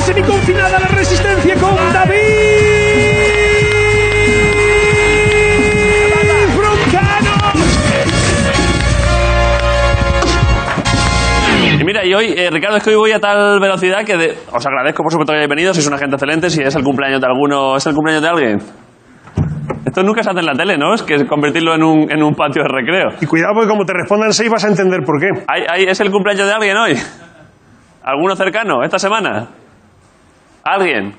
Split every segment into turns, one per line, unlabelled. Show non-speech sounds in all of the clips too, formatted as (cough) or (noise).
semiconfinada la resistencia con David Broncano.
Y mira, y hoy, eh, Ricardo, es que hoy voy a tal velocidad que de- os agradezco por supuesto que hayáis venido, sois una gente excelente, si es el cumpleaños de alguno, es el cumpleaños de alguien. Esto nunca se hace en la tele, ¿no? Es que es convertirlo en un, en un patio de recreo.
Y cuidado porque como te respondan seis vas a entender por qué.
¿Hay- hay- es el cumpleaños de alguien hoy? ¿Alguno cercano esta semana? ¿Alguien?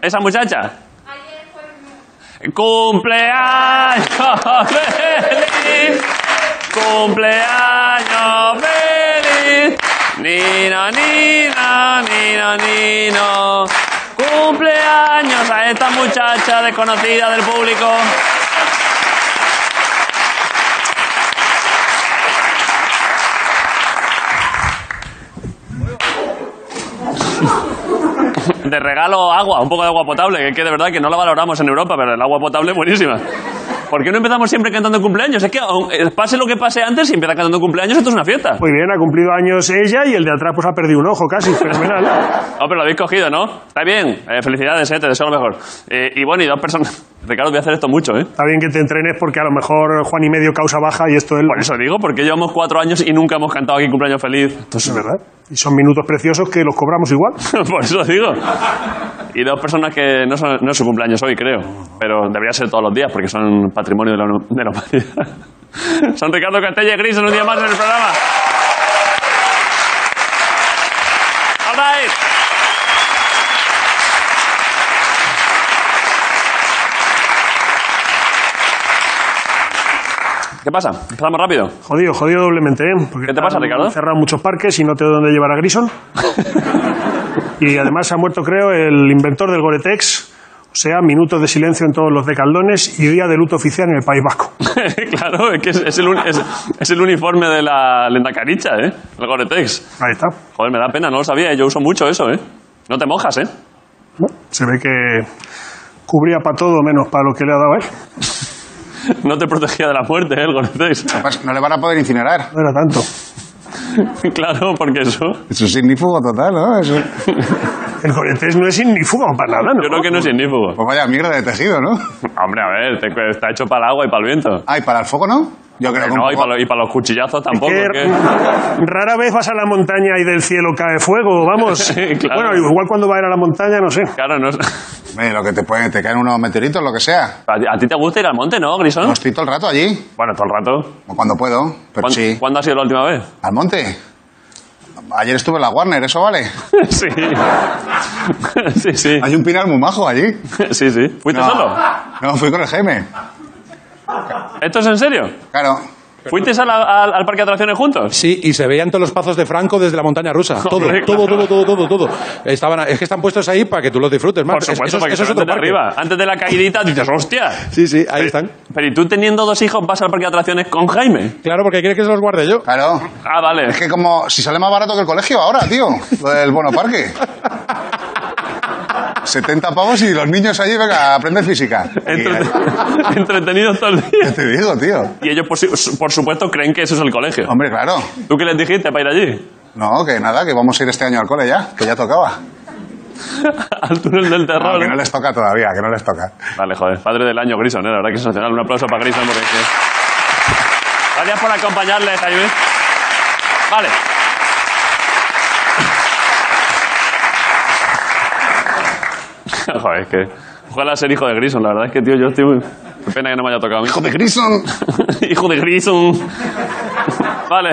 ¿Esa muchacha? ¡Cumpleaños feliz! ¡Cumpleaños feliz! ¡Nino, Nino, Nino, Nino! ¡Cumpleaños a esta muchacha desconocida del público! De regalo agua, un poco de agua potable, que, es que de verdad que no la valoramos en Europa, pero el agua potable es buenísima. ¿Por qué no empezamos siempre cantando cumpleaños? Es que aun- eh, pase lo que pase antes, si empieza cantando cumpleaños, esto es una fiesta.
Muy bien, ha cumplido años ella y el de atrás pues ha perdido un ojo
(laughs)
casi, fenomenal.
No, pero lo habéis cogido, ¿no? Está bien. Eh, felicidades, eh, te deseo lo mejor. Eh, y bueno, y dos personas... (laughs) Ricardo, voy a hacer esto mucho, ¿eh?
Está bien que te entrenes porque a lo mejor Juan y medio causa baja y esto es...
Por eso digo, porque llevamos cuatro años y nunca hemos cantado aquí cumpleaños feliz. Esto es-
Es verdad. Y son minutos preciosos que los cobramos igual.
(laughs) Por eso digo. Y dos personas que no, son, no es su cumpleaños hoy, creo. Pero debería ser todos los días porque son patrimonio de la, de la humanidad. (laughs) Son Ricardo Castella y Gris en un día más en el programa. All right. ¿Qué pasa? Empezamos rápido.
Jodido, jodido doblemente, ¿eh? Porque
¿Qué te pasa,
han
Ricardo?
cerrado muchos parques y no tengo dónde llevar a Grison. y además ha muerto, creo, el inventor del Goretex. O sea, minutos de silencio en todos los decaldones y día de luto oficial en el País Vasco.
(laughs) claro, es que es, es el, uni- es- es el uniforme de la lendacaricha, ¿eh? El Gore-Tex.
Ahí está.
Joder, me da pena, no lo sabía, yo uso mucho eso, ¿eh? No te mojas, ¿eh?
¿No? Se ve que cubría para todo menos para lo que le ha dado a él.
No te protegía de la muerte, ¿eh? El Gore-Tex. (laughs)
Además, Pues No le van a poder incinerar.
No era tanto.
claro, porque eso.
Es un signífugo total, ¿no? Es un-
El Goretex no es ignífugo para nada, ¿no?
Yo creo que no es ignífugo.
Pues vaya mierda de tejido, ¿no?
Hombre, a ver, te cu- está hecho para el agua y para el viento.
Ah, ¿y para el foco no? Yo creo que un
No, y
poco-
para, los, y para los cuchillazos
Es
tampoco.
que
¿qué?
rara vez vas a la montaña y del cielo cae fuego,
(laughs)
vamos.
Sí, claro.
Bueno, igual cuando va a ir a la montaña, no sé.
Claro, no es- (laughs)
Hombre, lo que te pueden, te caen unos meteoritos, lo que sea.
¿A, ti- a ti te gusta ir al monte, no, Grison?
No estoy todo el rato allí,
Bueno, todo el rato.
o cuando puedo, pero
¿Cuán-
sí.
¿Cuándo ha sido la última vez?
Al monte. Ayer estuve en la Warner, ¿eso vale?
(laughs) sí. (laughs) sí, sí.
Hay un pinar muy majo allí.
Sí, sí. ¿Fuiste
No.
solo?
No, fui con el Jaime.
¿Esto es en serio?
Claro.
¿Fuisteis a la- al- al parque de atracciones juntos?
Sí, y se veían todos los pasos de Franco desde la montaña rusa. Todo,
Hombre,
todo,
claro.
todo, todo, todo, todo. Estaban, es que están puestos ahí para que tú los disfrutes, más.
Por supuesto, para que
eso
te
es
levantes
otro
de
parque.
arriba. Antes de la caidita dices, hostia.
Sí, sí, ahí están.
Pero ¿y tú teniendo dos hijos vas al parque de atracciones con Jaime?
Claro, porque quiere que se los guarde yo.
Claro.
Ah, vale. (laughs)
Es que como si sale más barato que el colegio ahora, tío. Lo del bono parque. 70 pavos y los niños allí, venga, aprenden física. Y,
Entrete-
eh,
(laughs) entretenidos todo el día.
¿Qué te digo, tío?
Y ellos, por, su- por supuesto, creen que eso es el colegio.
Hombre, claro.
¿Tú qué les dijiste para ir allí? (laughs)
No, que nada, que vamos a ir este año al cole ya, que ya tocaba.
Al túnel del
No,
terror.
que no les toca todavía, que no les toca.
Vale, joder. Padre del año, Grison, ¿eh? La verdad que es sensacional. Un aplauso para Grison porque... sí. Gracias por acompañarle, Jaime. Vale. (laughs) joder, es que... Ojalá ser hijo de Grison. La verdad es que, tío, yo estoy muy... Qué pena que no me haya tocado a mí.
¡Hijo de Grison!
(laughs) Hijo de Grison. vale.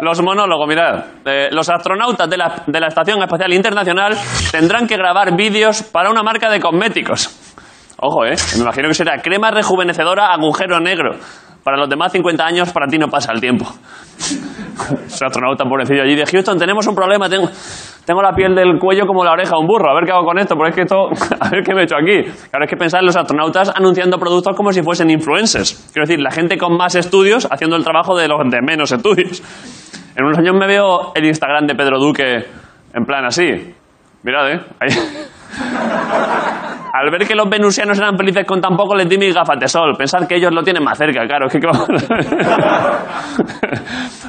Los monólogos, mirad. Eh, los astronautas de la, de la Estación Espacial Internacional tendrán que grabar vídeos para una marca de cosméticos. Ojo, ¿eh? Me imagino que será crema rejuvenecedora agujero negro. Para los demás 50 años, para ti no pasa el tiempo. Ese astronauta pobrecillo allí de Houston, tenemos un problema. Tengo, tengo la piel del cuello como la oreja de un burro. A ver qué hago con esto, porque es que esto... (laughs) A ver qué me he hecho aquí. Claro, es que pensar en los astronautas anunciando productos como si fuesen influencers. Quiero decir, la gente con más estudios haciendo el trabajo de los de menos estudios. En unos años me veo el Instagram de Pedro Duque en plan así. Mirad, ¿eh? Ahí. Al ver que los venusianos eran felices con tan poco, les di mis gafas de sol. Pensar que ellos lo tienen más cerca, claro. Es que, claro. (laughs)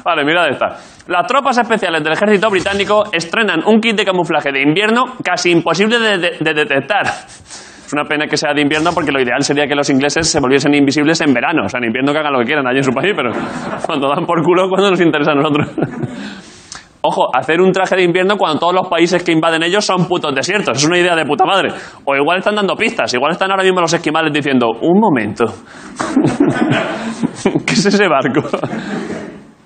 Vale, mirad esta. Las tropas especiales del ejército británico estrenan un kit de camuflaje de invierno casi imposible de, de- de detectar. Es una pena que sea de invierno porque lo ideal sería que los ingleses se volviesen invisibles en verano. O sea, en invierno que hagan lo que quieran allí en su país, pero cuando dan por culo, cuando nos interesa a nosotros. Ojo, hacer un traje de invierno cuando todos los países que invaden ellos son putos desiertos. Es una idea de puta madre. O igual están dando pistas. Igual están ahora mismo los esquimales diciendo, un momento. (laughs) ¿Qué es ese barco?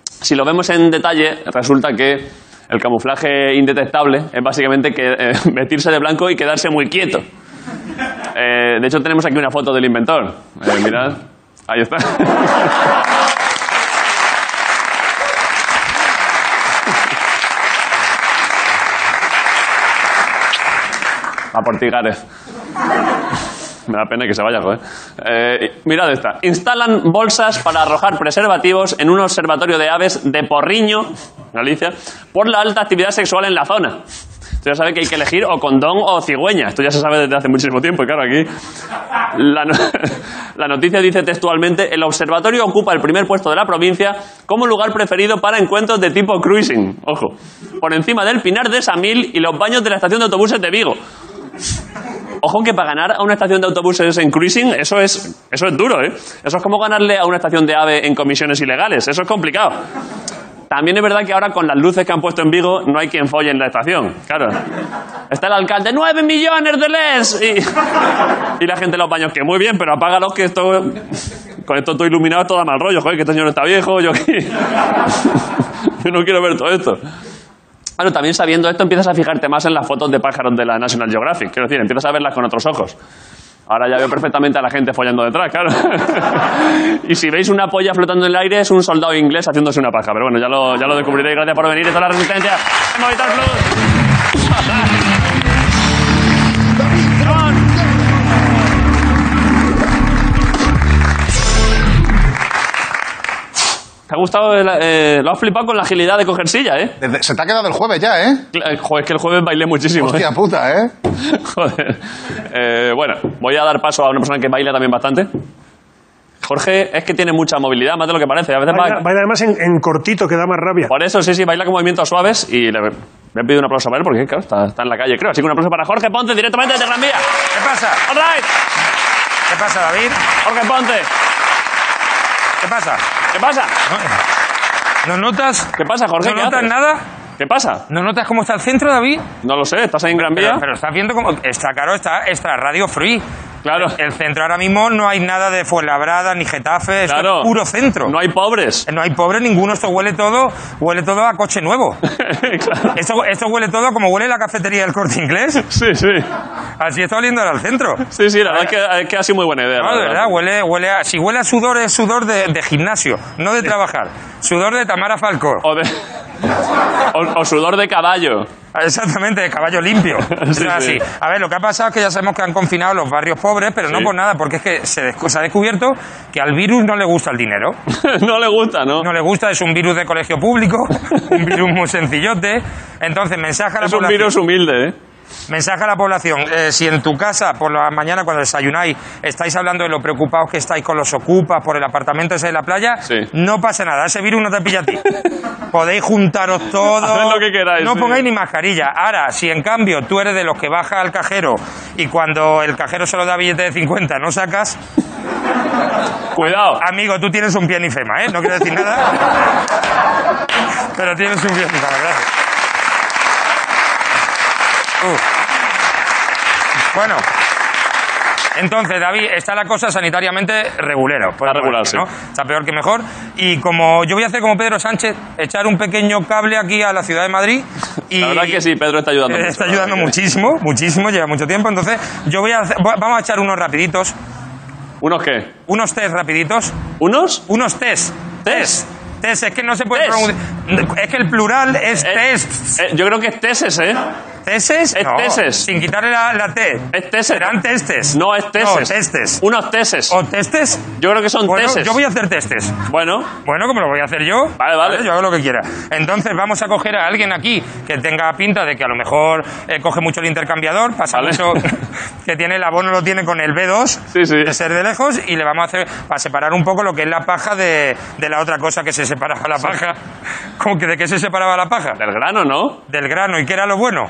Si lo vemos en detalle, resulta que el camuflaje indetectable es básicamente que, eh, (laughs) vestirse de blanco y quedarse muy quieto. Eh, de hecho, tenemos aquí una foto del inventor. Eh, mirad. Ahí está. A por ti, Gareth. Me da pena que se vaya, joder. Eh, mirad esta. Instalan bolsas para arrojar preservativos en un observatorio de aves de Porriño, Galicia, por la alta actividad sexual en la zona. Tú ya sabes que hay que elegir o condón o cigüeña. Esto ya se sabe desde hace muchísimo tiempo, y claro, aquí. La, no- (laughs) la noticia dice textualmente: el observatorio ocupa el primer puesto de la provincia como lugar preferido para encuentros de tipo cruising. Ojo. Por encima del Pinar de Samil y los baños de la estación de autobuses de Vigo. Ojo que para ganar a una estación de autobuses en cruising, eso es, eso es duro, ¿eh? Eso es como ganarle a una estación de AVE en comisiones ilegales. Eso es complicado. También es verdad que ahora con las luces que han puesto en Vigo no hay quien folle en la estación. Claro. Está el alcalde, ¡9 millones de LES! Y, y la gente en los baños, que muy bien, pero apágalos que esto... Con esto todo iluminado es todo mal rollo. Joder, que este señor está viejo, yo aquí... (laughs) Yo no quiero ver todo esto. Bueno, también sabiendo esto empiezas a fijarte más en las fotos de pájaros de la National Geographic. Quiero decir, empiezas a verlas con otros ojos. Ahora ya veo perfectamente a la gente follando detrás, claro. (laughs) y si veis una polla flotando en el aire, es un soldado inglés haciéndose una paja. Pero bueno, ya lo, ya lo descubriréis. Gracias por venir y toda la resistencia. en Movistar Plus. (laughs) Come on. ¿Te ha gustado? el- eh, lo has flipado con la agilidad de coger silla, ¿eh?
Desde- se te ha quedado el jueves ya, ¿eh?
Cla- Joder, es que el jueves bailé muchísimo. ¿eh?
Hostia puta, ¿eh?
(laughs) Joder. Eh, bueno, voy a dar paso a una persona que baila también bastante. Jorge es que tiene mucha movilidad, más de lo que parece. A veces
Baila,
va-
baila además en, en cortito, que da más rabia.
Por eso, sí, sí, baila con movimientos suaves y le, le he pedido un aplauso para él porque, claro, está, está en la calle, creo. Así que un aplauso para Jorge Ponce directamente desde Gran Vía.
¿Qué pasa?
All right.
¿Qué pasa, David?
Jorge Ponce.
¿Qué pasa?
¿Qué pasa?
¿No notas?
¿Qué pasa, Jorge?
¿No
¿Qué
notas
haces?
nada?
¿Qué pasa?
¿No notas cómo está el centro, David?
No lo sé, estás ahí en Gran Vía.
Pero, pero estás viendo cómo... Está claro, está, está Radio Free.
Claro.
El centro ahora mismo no hay nada de Fuenlabrada ni Getafe. esto
claro.
es puro centro. Eh,
No hay pobres.
No hay pobre ninguno. Esto huele todo, huele todo a coche (laughs) nuevo.
(laughs) Claro.
Esto, esto huele todo como huele la cafetería del Corte Inglés.
Sí, sí.
Así está oliendo ahora el centro.
Sí, sí, la verdad es que, es que ha sido muy buena idea.
No,
la
de verdad, huele, huele a, si huele a sudor es sudor de, de gimnasio, no de trabajar. Sudor de Tamara Falcó.
O, de- o- o sudor de caballo. (laughs)
Exactamente, de caballo limpio. Eso
Sí,
es así.
sí.
A ver, lo que ha pasado es que ya sabemos que han confinado los barrios pobres, pero no
Sí.
por nada, porque es que se, descu- se ha descubierto que al virus no le gusta el dinero.
no le gusta, ¿no?
No le gusta, es un virus de colegio público, (laughs) un virus muy sencillote. Entonces, mensaje a la
es un
población.
virus humilde, ¿eh?
Mensaje a la población. eh, si en tu casa, por la mañana cuando desayunáis, estáis hablando de lo preocupados que estáis con los ocupas por el apartamento ese de la playa,
Sí.
no pasa nada. Ese virus no te pilla a ti.
(laughs)
Podéis juntaros todos.
Haced lo que queráis,
No
sí.
pongáis ni mascarilla. Ahora, si en cambio tú eres de los que baja al cajero y cuando el cajero solo da billete de 50 no sacas,
Cuidado.
amigo, tú tienes un pianifema, ¿eh? No quiero decir nada. Pero tienes un pianifema, gracias. Uh. Bueno. Entonces, David, está la cosa sanitariamente regulero. por
Está
decir,
regular, sí.
Está peor que mejor. Y como yo voy a hacer como Pedro Sánchez, echar un pequeño cable aquí a la ciudad de Madrid. Y
La verdad que sí, Pedro está ayudando.
eh,
mucho,
(laughs) Está
la verdad
ayudando
que-
muchísimo, muchísimo, lleva mucho tiempo. Entonces, yo voy a hacer- va- vamos a echar unos rapiditos,
¿Unos qué?
unos test rapiditos
¿Unos?
unos test.
Test.
Test. Test, es que no se puede
Test.
pronunciar. Es que el plural es test.
Eh, yo creo que es teses, ¿eh?
¿Teses?
Es
no,
teses.
Sin quitarle la, la T.
Es teses.
Serán testes.
No, es teses.
No, testes.
Unos teses.
¿O testes?
Yo creo que son
Bueno,
teses.
yo voy a hacer testes.
Bueno,
Bueno, como lo voy a hacer yo.
Vale, vale.
Yo hago lo que quiera. Entonces vamos a coger a alguien aquí que tenga pinta de que a lo mejor eh, coge mucho el intercambiador, pasa
Vale.
mucho (laughs) que tiene el abono lo tiene con el B2
Sí, sí.
de ser de lejos y le vamos a hacer para separar un poco lo que es la paja de, de la otra cosa que se separaba la paja. (laughs) ¿Cómo que de qué se separaba la paja?
del grano, ¿no?
Del grano. ¿Y qué era lo bueno?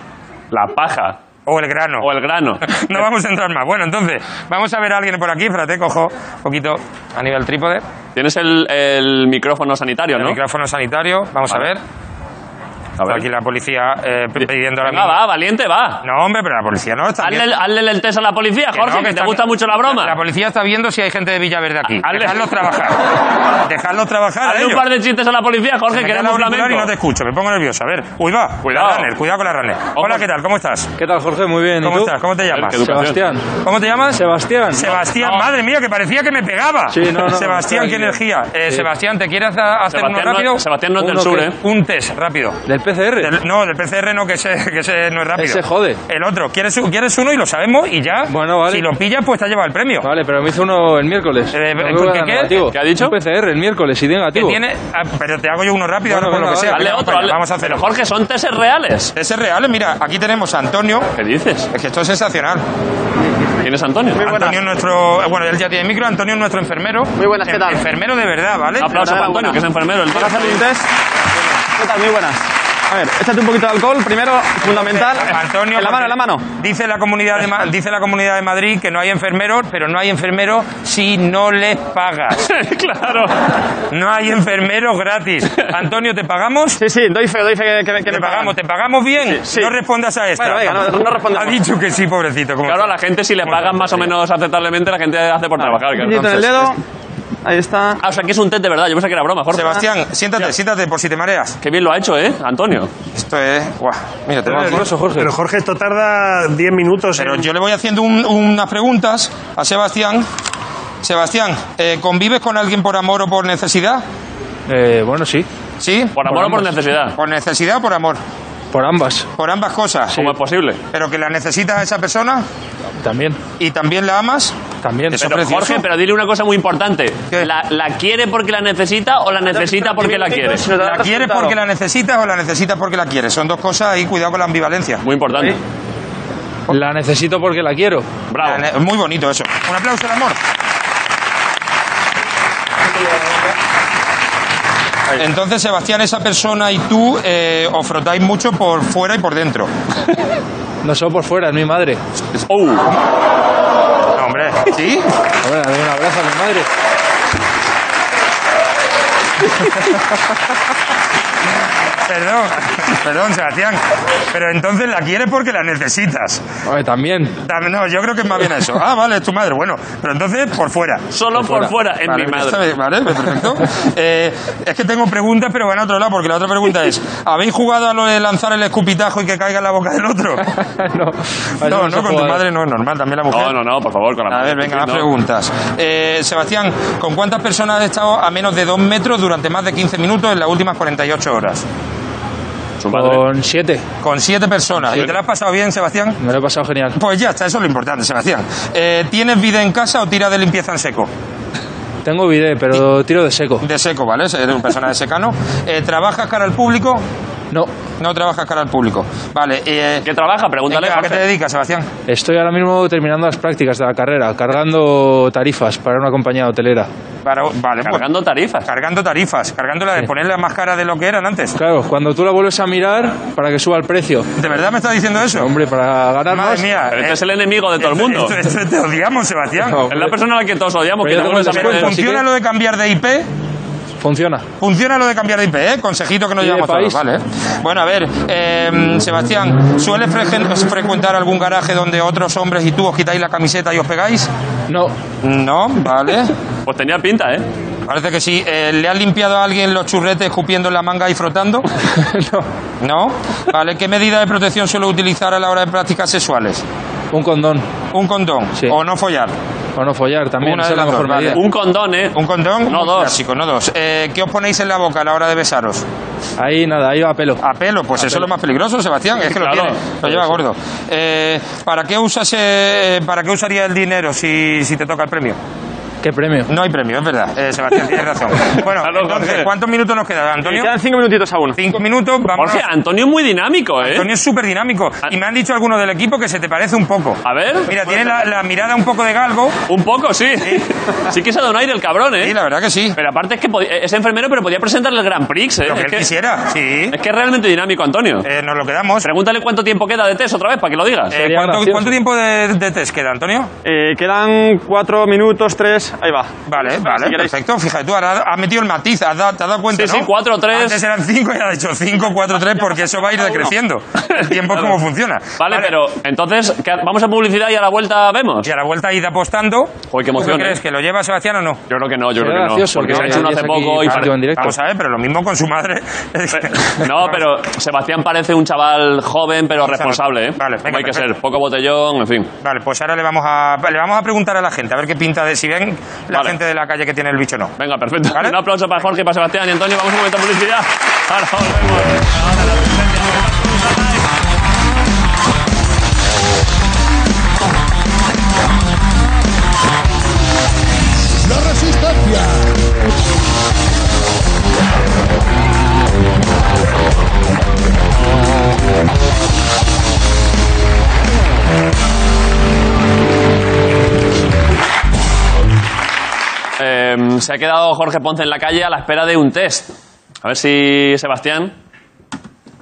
La paja.
O el grano.
O el grano.
(laughs) No vamos a entrar más. Bueno, entonces, vamos a ver a alguien por aquí. Espérate, cojo un poquito a nivel trípode.
Tienes el, el micrófono sanitario,
El
¿no?
micrófono sanitario. Vamos
Vale.
a ver.
A ver.
Está aquí la policía eh, p- pidiendo ahora
Pues Venga,
mismo.
va, valiente, va.
No, hombre, pero la policía no está
Hazle,
viendo-
el- hazle el test a la policía,
que no,
Jorge,
que
que, te
está-
gusta mucho la broma.
La policía está viendo si hay gente de Villaverde aquí.
Ah, hazle- (laughs)
Dejadlos trabajar. Dejadlos trabajar. a
hazle un
ellos.
par de chistes a la policía,
Se
Jorge,
me cae el
queremos
auricular y
flamenco.
no te escucho, me pongo nervioso. A ver, uy, va.
Cuidado.
La runner, cuidado con la runner. Hola, ¿qué tal? ¿Cómo estás?
¿Qué tal, Jorge? Muy bien. ¿Y
¿Cómo
tú?
estás? ¿Cómo te llamas?
qué educado.
Sebastián.
¿Cómo te llamas?
Sebastián.
Sebastián, madre mía, que parecía que me pegaba.
Sí, no, no,
Sebastián,
está
qué
bien.
energía. Eh,
Sí.
Sebastián, ¿te quieres ha- hacer
Sebastián,
uno rápido?
no, Sebastián no es del
Uno
sur,
que-
¿eh?
Un test, rápido.
¿Del PCR? (laughs)
Del- no, del PCR no, que ese, que ese no es rápido.
Ese jode.
El otro. ¿Quieres, un- quieres uno y lo sabemos y ya?
Bueno, vale.
Si lo pillas, pues te lleva el premio.
Vale, pero me hizo uno el miércoles.
Eh, eh,
Me
¿qué-
acuerdo
qué-
que era
qué?
negativo.
¿Qué ha dicho?
Un PCR el miércoles y de
Que
negativo.
tiene... ah, pero te hago yo uno rápido,
Bueno,
ahora por
venga,
lo que sea.
vale.
Hazle
Venga,
otro,
vamos
hazle-
allá, Vamos a hacerlo.
Pero, Jorge, son tests reales.
Ese es real, mira, aquí tenemos a Antonio.
¿Qué dices?
Es que esto es sensacional.
¿Quién es Antonio?
Antonio es nuestro... Bueno, él ya tiene micro. Antonio es nuestro enfermero.
Muy buenas, ¿qué
En-
tal?
Enfermero de verdad, ¿vale?
Un aplauso para Antonio,
Enhorabuena.
que es enfermero. El tío.
¿Vas a hacer un test? ¿Qué tal? Muy buenas. A ver, échate un poquito de alcohol. Primero, fundamental.
Antonio,
En la mano, en la mano.
Dice la comunidad de Ma- dice la comunidad de Madrid que no hay enfermeros, pero no hay enfermeros si no les pagas.
(laughs) claro.
No hay enfermeros
(laughs)
gratis. Antonio, ¿te pagamos?
Sí, sí, doy fe, doy fe que, que- que
te
me
pagamos,
pagamos.
te pagamos bien.
Sí, sí.
No respondas a esta.
Bueno, venga, no- no respondamos.
Ha dicho que sí, pobrecito. como
Claro, a
está.
la gente si le pagan más o menos aceptablemente, la gente hace por trabajar.
Un
claro.
puñito en el dedo.
este.
Ahí está.
Ah, o sea, que es un test de verdad. Yo pensaba que era broma, Jorge.
Sebastián, siéntate, siéntate por si te mareas.
Qué bien lo ha hecho, ¿eh, Antonio?
Esto es. Guau, mira, te
Estás
voy a-
nervioso, Jorge.
Pero Jorge, esto tarda 10 minutos.
Pero
en-
yo le voy haciendo un- unas preguntas a Sebastián. Sebastián, eh, ¿convives con alguien por amor o por necesidad?
Eh, bueno, sí.
¿Sí?
Por amor o por
ambas.
necesidad.
¿Por necesidad o por amor?
Por ambas.
Por ambas cosas.
¿Cómo es posible?
Pero que la necesitas a esa persona
También.
y también la amas.
También.
Eso-
Pero
precioso.
Jorge, pero dile una cosa muy importante.
¿Qué?
¿La, la quiere porque la necesita o la necesita porque la quiere?
Si nos da
¿La quieres
resultado.
porque la necesitas o la necesitas porque la quieres? Son dos cosas y cuidado con la ambivalencia.
Muy importante.
La necesito porque la quiero.
La
Bravo.
ne- Muy bonito eso. Un aplauso al amor. Entonces, Sebastián, esa persona y tú eh, os frotáis mucho por fuera y por dentro.
No solo por fuera, es mi madre.
Oh,
No, hombre. ¿Sí?
Ahora, dale un abrazo a mi madre.
(laughs) Perdón, perdón, Sebastián. Pero entonces la quieres porque la necesitas.
Hombre, también. (laughs)
Dame- No, yo creo que es más bien eso. Ah, vale, es tu madre. Bueno, pero entonces por fuera.
solo por fuera,
fuera.
en
Vale,
mi
está
madre.
bien, Vale,
(laughs)
perfecto. Eh, es que tengo preguntas, pero van a otro lado, porque la otra pregunta es: ¿habéis jugado a lo de lanzar el escupitajo y que caiga en la boca del otro?
no, a eso
No,
se
no, con tu
juega.
madre no es normal, también la mujer.
No, no, no, por favor, con la
A ver, venga, más
no.
preguntas. Eh, Sebastián, ¿con cuántas personas has estado a menos de dos metros durante más de 15 minutos en las últimas 48 horas?
Su madre.
Con siete.
Con siete personas. ¿Y te la has pasado bien, Sebastián?
Me lo he pasado genial.
Pues ya está, eso es lo importante, Sebastián. Eh, ¿Tienes vida en casa o tiras de limpieza en seco?
Tengo bidet, pero tiro de seco.
De seco, ¿vale? Eres una persona de secano. Eh, ¿Trabajas cara al público?
No.
No trabajas cara al público. Vale. Eh,
¿Qué trabaja? Pregúntale,
¿A qué te
Jorge.
dedicas, Sebastián?
Estoy ahora mismo terminando las prácticas de la carrera, cargando tarifas para una compañía hotelera.
Para- vale, pues,
Cargando tarifas.
cargando tarifas, cargando la de ponerle más cara de lo que eran antes.
Claro, cuando tú la vuelves a mirar para que suba el precio.
¿De verdad me estás diciendo eso?
Hombre, para ganar más.
Madre mía.
Pero
eh,
este es el enemigo de todo el mundo.
Esto, esto- esto te odiamos, Sebastián.
No,
Es la persona a la que todos odiamos. Que
Pero
te
yo tengo el
vuelves a
descuento,
meter-
así
Funciona
que-
lo de cambiar de IP.
Funciona.
Funciona lo de cambiar de IP, ¿eh? Consejito que no
Y de
llevamos todos,
país.
¿vale? eh. Bueno, a ver, eh, Sebastián, ¿sueles fre- frecuentar algún garaje donde otros hombres y tú os quitáis la camiseta y os pegáis?
No,
No, vale.
Pues tenía pinta, ¿eh?
Parece que sí. Eh, ¿Le has limpiado a alguien los churretes escupiendo en la manga y frotando?
(laughs) no.
No. Vale, ¿qué medida de protección suele utilizar a la hora de prácticas sexuales?
Un condón.
Un condón
Sí.
o no follar.
O no follar también,
Una
esa
de
es la
las
mejor
dos, vale.
medida.
Un condón, ¿eh?
¿Un condón?
No,
Un
dos.
clásico, no dos. Eh, ¿Qué os ponéis en la boca a la hora de besaros?
Ahí nada, ahí va a pelo.
A pelo, pues eso es lo más peligroso, Sebastián, es que lo
claro.
tiene, lo lleva gordo. Eh, ¿para, qué usas, eh, ¿Para qué usaría el dinero si, si te toca el premio?
¿Qué premio?
No hay premio, es verdad. Eh, Sebastián, tienes razón. Bueno,
Claro,
entonces,
Jorge.
¿cuántos minutos nos quedan, Antonio?
Quedan cinco minutitos a uno.
Cinco minutos, vamos.
Jorge, Antonio es muy dinámico, ¿eh?
Antonio es súper dinámico. Y me han dicho algunos del equipo que se te parece un poco.
A ver, pues, ¿Eh?
Mira, tiene la, la mirada un poco de galgo.
un poco, sí. (laughs) Sí que se ha dado un aire el cabrón,
Sí,
¿eh?
la verdad que sí.
Pero aparte es que pod- es enfermero, pero podía presentarle el Grand Prix, ¿eh?
Lo que
Es
él
que,
quisiera, sí.
es que es realmente dinámico, Antonio.
Eh, nos lo quedamos.
Pregúntale cuánto tiempo queda de test otra vez, para que lo digas.
Eh,
Sería
¿cuánto,
gracioso.
cuánto tiempo de, de test queda, Antonio?
Eh, quedan cuatro minutos, tres. Ahí va.
Vale, vale,
Si queréis.
perfecto. Fíjate, tú ahora has metido el matiz, has dado- te has dado cuenta,
Sí, sí,
¿no?
cuatro, tres.
Antes eran cinco y has dicho cinco, cuatro, tres, porque eso va a ir
(laughs)
decreciendo. El tiempo es como funciona.
Vale, pero entonces, ¿qué ha- vamos a publicidad y a la vuelta vemos.
Y a la vuelta id apostando.
Uy, qué emoción,
¿Tú qué crees?
eh.
¿Que lo lleva Sebastián o no?
Yo creo que no, yo creo
Será
que no.
gracioso,
Porque
¿no?
se ha hecho uno
Ahí
hace
es aquí
poco y...
partido en
pare-
directo.
Vamos a ver, pero lo mismo con su madre.
(laughs) No, pero Sebastián parece un chaval joven, pero responsable, ¿eh?
Vale, venga,
Como hay que
perfecto.
ser. Poco botellón, en fin.
Vale, pues ahora le vamos a le vamos a preguntar a la gente, a ver qué pinta de si ven la
Vale.
gente de la calle que tiene el bicho o no.
Venga, perfecto.
¿Vale?
(laughs) Un aplauso para Jorge y para Sebastián y Antonio. Vamos a un momento de publicidad. Ahora volvemos. Eh, se ha quedado Jorge Ponce en la calle a la espera de un test. A ver si Sebastián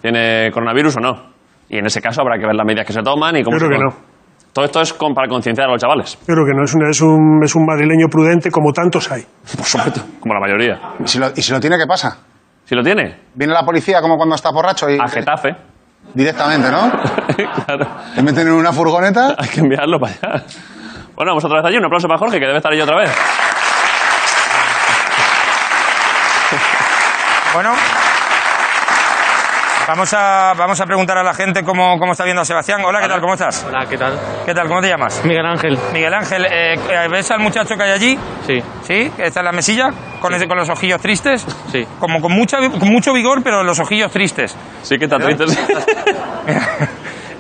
tiene coronavirus o no. Y en ese caso habrá que ver las medidas que se toman y cómo
Yo creo
se
que
con- Todo esto es con- para concienciar a los chavales,
Yo creo que no, es, una- es un, es un madrileño prudente como tantos hay.
por supuesto, como la mayoría.
¿Y si, lo, y si lo tiene, ¿qué pasa?
Si lo tiene,
Viene la policía como cuando está borracho y
a Getafe. (laughs)
directamente, ¿no?
claro,
Te meten en una furgoneta.
hay que enviarlo para allá. Bueno, vamos otra vez allí. Un aplauso para Jorge, que debe estar allí otra vez.
Bueno, vamos a, vamos a preguntar a la gente cómo, cómo está viendo a Sebastián. Hola, ¿qué tal? ¿Cómo estás?
Hola, ¿qué tal?
¿Qué tal? ¿Cómo te llamas?
Miguel Ángel.
Miguel Ángel, eh, ¿ves al muchacho que hay allí?
Sí,
¿Sí? que ¿Está en la mesilla? ¿Con, ese- con los ojillos tristes?
sí.
Como con, mucha, con mucho vigor, pero los ojillos tristes.
Sí que está triste.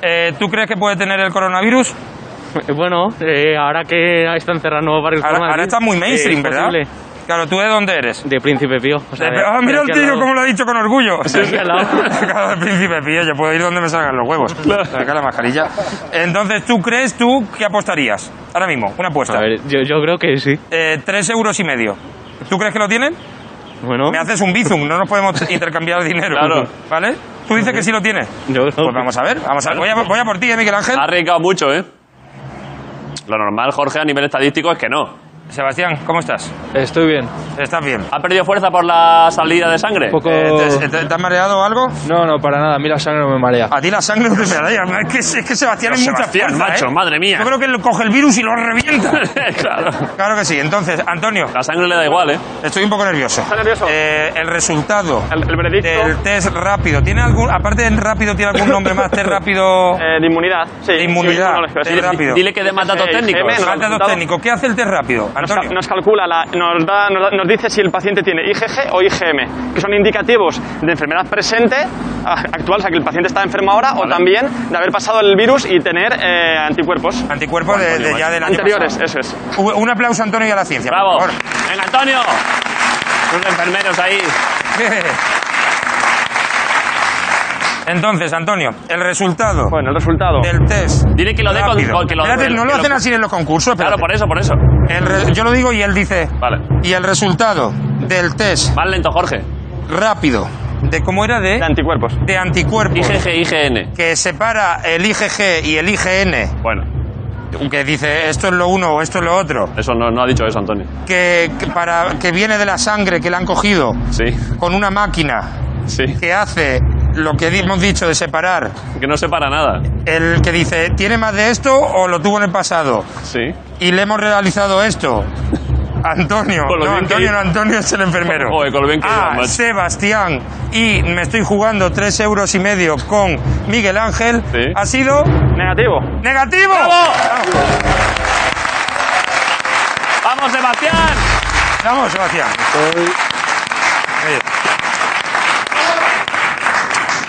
Eh, ¿Tú crees que puede tener el coronavirus?
Eh, Bueno, eh, ahora que está encerrado nuevo barrio
Ahora,
Madrid,
ahora está muy mainstream,
eh, es
¿verdad?
posible.
Claro, ¿tú de dónde eres?
De Príncipe Pío. o sea, de-
Ah, mira
de
el
aquí al
tío
lado.
cómo lo ha dicho con orgullo.
(laughs) De aquí al lado.
(laughs) Claro, el príncipe pío, yo puedo ir donde me salgan
(laughs)
los huevos. Saca la mascarilla. Entonces, ¿tú crees tú que apostarías? Ahora mismo, una apuesta.
A ver, yo, yo creo que sí.
Eh, tres euros y medio. ¿Tú crees que lo tienen?
Bueno,
Me haces un bizum, no nos podemos (laughs) intercambiar dinero.
Claro.
¿Vale? ¿Tú dices que sí lo tienes?
yo creo
Pues vamos a ver, vamos a, voy, a, voy a por ti, ¿eh, Miguel Ángel.
Ah.
Ha arriesgado mucho, ¿eh? Lo normal, Jorge, a nivel estadístico es que no.
Sebastián, ¿cómo estás?
Estoy bien.
¿Estás bien?
¿Ha perdido fuerza por la salida de sangre?
Un poco...
Eh, ¿te, te- te has mareado o algo?
No, no, para nada. A mí la sangre no me marea.
A ti la sangre no te marea. Es que, es que Sebastián es
Pero
mucha
Sebastián,
fuerza,
macho,
¿eh?
madre mía.
Yo creo que él coge el virus y
(laughs)
lo revienta.
(laughs) claro.
Claro que sí. Entonces, Antonio,
La sangre le da igual, ¿eh?
estoy un poco nervioso.
¿Estás nervioso?
Eh, el resultado
El, el veredicto
del test rápido, ¿tiene algún, aparte del rápido, tiene algún nombre más? Test rápido.
(laughs) eh, de inmunidad. Sí,
De inmunidad.
sí, inmunológico, sí.
Qué rápido.
Dile que dé más datos
Eh,
técnicos.
Jiménez,
Falta dos
resultado.
técnicos. ¿Qué hace el test rápido,
Nos, ca-
Antonio?
nos calcula, la- nos, da- nos, da- nos dice si el paciente tiene IgG o IgM, que son indicativos de enfermedad presente, a- actual, o sea que el paciente está enfermo ahora, o también de haber pasado el virus y tener eh, anticuerpos
Anticuerpos de, de ya del año
eh. anteriores, eh.
pasado.
eso es.
Un un aplauso, Antonio, y a la ciencia.
Bravo.
Por favor.
Venga, Antonio. Los enfermeros ahí.
(laughs) Entonces, Antonio, el resultado
Bueno, el resultado.
del test.
Dile que lo dé con-
rápido.
con- que lo-
Espérate,
que
no lo
lo-
hacen así en los concursos.
Claro,
espérate.
por eso, por eso.
El re- yo lo digo y él dice.
Vale.
Y el resultado del test
Más lento, Jorge.
rápido de cómo era de,
de anticuerpos.
de anticuerpos
IgG, IgN.
que separa el IgG y el IgN,
Bueno,
que dice esto es lo uno o esto es lo otro,
eso no, no ha dicho eso, Antonio.
que, que para que viene de la sangre que le han cogido
Sí,
con una máquina
sí.
que hace lo que di- hemos dicho de separar,
Que no separa nada.
el que dice tiene más de esto o lo tuvo en el pasado
Sí.
y le hemos realizado esto. Antonio,
Con lo
no,
bien que
Antonio,
iba.
no, Antonio es el enfermero.
(laughs) Joder, con lo bien que iba,
Ah,
macho.
Sebastián y me estoy jugando tres euros y medio con Miguel Ángel.
Sí.
Ha sido
Negativo.
negativo.
¡Vamos, Sebastián!
Vamos, Sebastián.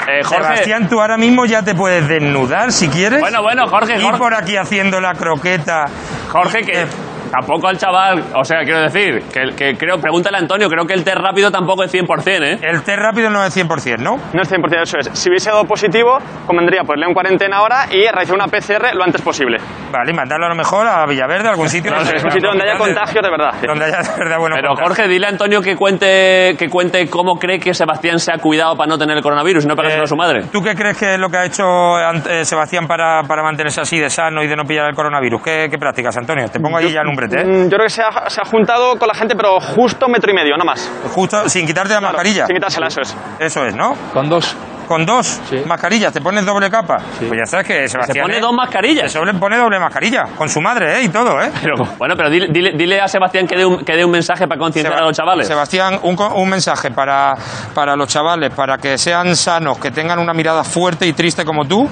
Eh, Jorge.
Sebastián, tú ahora mismo ya te puedes desnudar si quieres.
Bueno, bueno, Jorge,
Y
Jorge.
por aquí haciendo la croqueta.
Jorge, que
Eh,
tampoco al chaval, o sea, quiero decir, que, que creo, pregúntale a Antonio, creo que el test rápido tampoco es 100%, ¿eh?
El té rápido no es 100%, ¿no?
No es 100% eso es. Si hubiese dado positivo, convendría ponerle en cuarentena ahora y realizar una PCR lo antes posible.
Vale, y mandarlo a lo mejor a Villaverde, a
(laughs)
algún sitio.
No, es un sitio donde haya contagios de verdad.
Donde haya (laughs) de verdad bueno
Pero Jorge, dile a Antonio que cuente, que cuente cómo cree que Sebastián se ha cuidado para no tener el coronavirus y no
Eh,
pegárselo a su madre.
¿Tú qué crees que es lo que ha hecho ante- eh, Sebastián para, para mantenerse así de sano y de no pillar el coronavirus? ¿Qué, qué prácticas, Antonio? Te pongo ahí ya en un brete, ¿eh?
Mm, Yo creo que se ha, se ha juntado con la gente, pero justo metro y medio, no más.
Justo sin quitarte la
Claro,
mascarilla.
Sin quitársela, eso es.
Eso es, ¿no?
Con dos.
Con dos
Sí.
mascarillas, te pones doble capa. Pues ya sabes que
Se
Sebastián.
pone
¿eh?
dos mascarillas.
Se le pone doble mascarilla, con su madre, ¿eh? Y todo, ¿eh?
Pero, bueno, pero dile, dile- dile a Sebastián que dé un, que dé un mensaje para concienciar a los chavales.
Sebastián, un, co- un mensaje para, para los chavales, para que sean sanos, que tengan una mirada fuerte y triste como tú,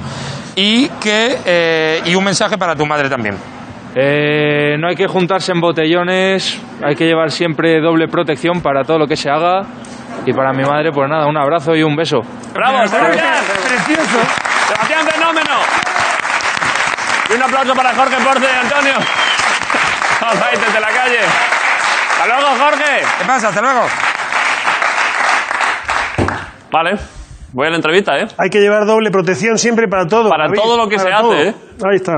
y que eh, y un mensaje para tu madre también.
Eh, no hay que juntarse en botellones, hay que llevar siempre doble protección para todo lo que se haga. Y para mi madre, pues nada, un abrazo y un beso.
¡Bravo, Sebastián!
Precioso.
¡Sebastián Fenómeno! Y un aplauso para Jorge Porce y Antonio. Alright, desde la calle. ¡Hasta luego, Jorge!
¿Qué pasa? Hasta luego.
Vale, voy a la entrevista, ¿eh?
Hay que llevar doble protección siempre para todo.
Para todo lo que
para
se hace, ¿eh?
Ahí está.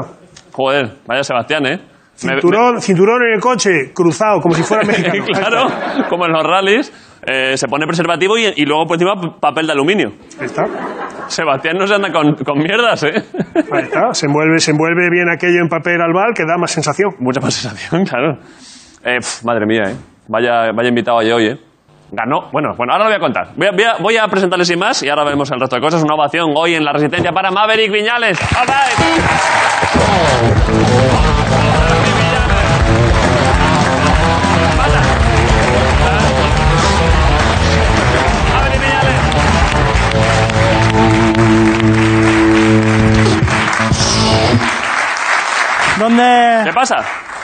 Joder, vaya Sebastián, ¿eh? Me- me-
Cinturón, cinturón en el coche, cruzado, como si fuera mexicano.
(laughs) claro, como en los rallies, eh, se pone preservativo y, y luego por encima p- papel de aluminio.
Ahí está.
Sebastián no se anda con, con mierdas, ¿eh?
Ahí está. Se envuelve, se envuelve bien aquello en papel albal que da más sensación.
Mucha más sensación, (laughs) claro. Eh, pf, madre mía, ¿eh? Vaya, vaya invitado a hoy, ¿eh? Ganó. Bueno, bueno, ahora lo voy a contar. Voy a, voy a- voy a presentarles y más y ahora veremos el resto de cosas. Una ovación hoy en la Resistencia para Maverick Viñales. All right. Maverick Viñales.
¿Dónde?
¿Qué pasa?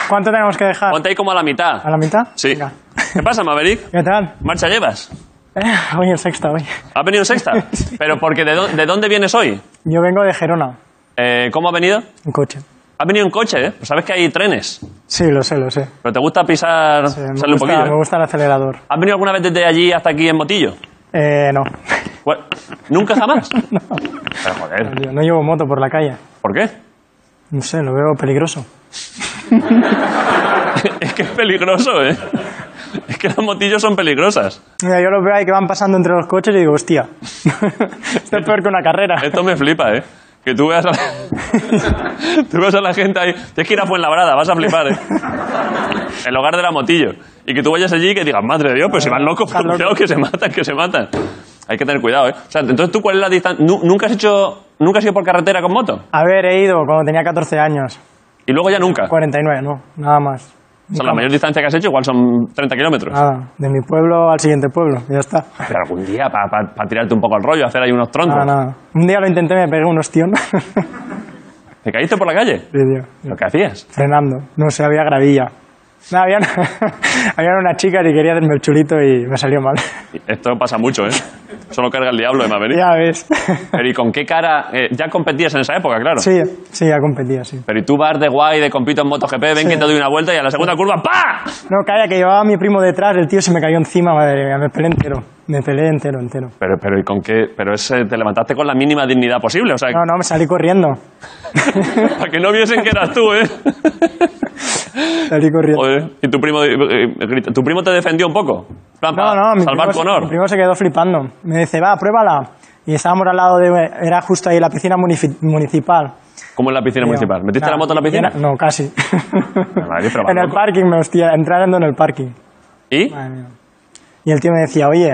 ¿Cuánto tenemos que dejar?
Ponte ahí como a la mitad.
¿A la mitad?
Sí.
Venga.
¿Qué pasa, Maverick?
¿Qué tal? (laughs)
¿Marcha llevas?
Eh, hoy el sexto, hoy.
¿Has venido en
(laughs)
sexta? Pero porque ¿de, dó- de dónde vienes hoy?
Yo vengo de Gerona,
Eh, ¿Cómo ha venido?
en coche.
Has venido en coche, ¿eh? Pues sabes que hay trenes.
Sí, lo sé, lo sé.
Pero te gusta pisar,
Sí, me,
Ah, sale un
gusta,
poquillo. ¿eh?
me gusta el acelerador.
¿Has venido alguna vez desde allí hasta aquí en motillo?
Eh,
(laughs)
no.
Bueno, ¿Nunca jamás?
(laughs) no.
Pero joder,
Yo no llevo moto por la calle.
¿por qué? (laughs)
No sé, lo veo peligroso.
es que es peligroso, ¿eh? Es que las motillos son peligrosas.
Mira, yo los veo ahí que van pasando entre los coches y digo, hostia, (laughs) esto es peor que una carrera.
(laughs) Esto me flipa, ¿eh? Que tú veas a la, (laughs) tú veas a la gente ahí. Tienes que ir a Fuenlabrada, vas a flipar, ¿eh? (laughs) El hogar de la motillo. Y que tú vayas allí y que digas, madre de Dios, pues se van locos,
Están
cuidado,
locos.
que se matan, que se matan. Hay que tener cuidado, ¿eh? O sea, entonces tú, ¿cuál es la distancia? ¿Nunca has hecho. ¿Nunca has ido por carretera con moto?
A ver, he ido cuando tenía 14 años.
Y luego ya nunca.
49, no, nada más.
O sea, la mayor distancia que has hecho igual son 30 kilómetros.
Nada, de mi pueblo al siguiente pueblo, ya está.
Pero algún día, para tirarte un poco el rollo, hacer ahí unos troncos.
Nada, nada. Un día lo intenté, me pegué un ostión. (laughs)
¿Te caíste por la calle?
Sí, tío.
¿Lo que hacías?
frenando. No sé, había gravilla. No, había, (laughs) había una chica que quería hacerme el chulito y me salió mal.
Esto pasa mucho,
(laughs)
¿eh? Solo carga el diablo de Maverick.
ya ves.
Pero ¿y con qué cara? eh, ya competías en esa época, claro.
sí, sí, ya competía, sí.
Pero ¿y tú vas de guay, de compito en MotoGP, ven que te doy una vuelta y a la segunda curva, ¡pa!
No, calla, que llevaba a mi primo detrás, el tío se me cayó encima, madre mía, me peleé entero. Me peleé entero, entero.
Pero, pero ¿y con qué? Pero ese, te levantaste con la mínima dignidad posible, o sea,
No, no, me salí corriendo.
(laughs) para que no viesen que eras tú, ¿eh?
(laughs) Salí corriendo.
Joder, ¿y tu primo, eh, grita- tu primo te defendió un poco? En plan,
No,
pa
no, mi
salvar tu
primo, se- mi
honor.
primo se quedó flipando. Me dice, va, pruébala. Y estábamos al lado de. Era justo ahí la piscina munifi- municipal.
¿Cómo en la piscina
Digo,
municipal? ¿Metiste
nah,
la moto en la piscina?
era- no, casi.
(laughs) madre, pero va
(laughs) en el
loco.
parking, me hostia, entrando en el parking.
¿Y?
Madre mía. Y el tío me decía, oye,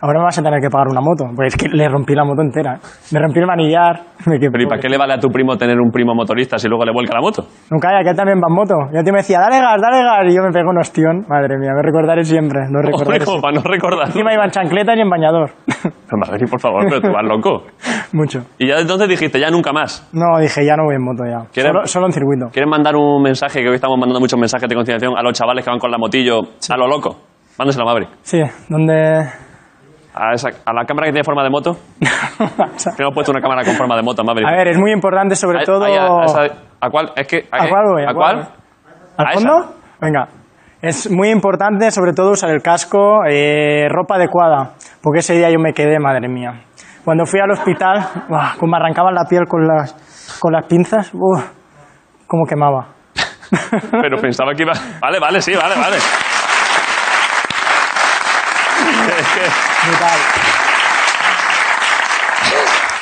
ahora me vas a tener que pagar una moto. Pues es que le rompí la moto entera. ¿eh? Me rompí el manillar. (laughs) Me quedé
Pero ¿y para qué le vale a tu primo tener un primo motorista si luego le vuelca la moto?
No, calla, que él también va en moto. Y el tío me decía, dale gas, dale gas. Y yo me pego un ostión. Madre mía, me recordaré siempre.
(laughs)
No recordaré.
Hombre, como para no recordar. (laughs)
Encima iba en chancletas y en bañador. (laughs)
Magari, por favor, pero tú vas loco.
Mucho.
Y ya entonces dijiste, ya nunca más.
No, dije, ya no voy en moto ya.
¿Quieres-
Solo, solo en circuito.
¿Quieres mandar un mensaje? Que hoy estamos mandando muchos mensajes de concienciación a los chavales que van con la motillo a lo loco. Mándaselo a Maverick.
Sí, donde...
(laughs)
(laughs)
A, esa- a la cámara que tiene forma de moto. Que hemos puesto una cámara con forma de moto, Maverick.
A ver, es muy importante sobre
Ahí-
todo...
ahí a, a esa- ¿a cuál? Es que, eh,
¿A cuál voy?
¿A cuál?
¿Al
A esa.
fondo? Venga. Es muy importante, sobre todo, usar el casco, eh, ropa adecuada, porque ese día yo me quedé, madre mía. Cuando fui al hospital, (laughs) ¡buah! como me arrancaban la piel con las, con las pinzas, ¡buah! como quemaba.
Pero pensaba que iba. Vale, vale, sí, vale, vale.
Brutal.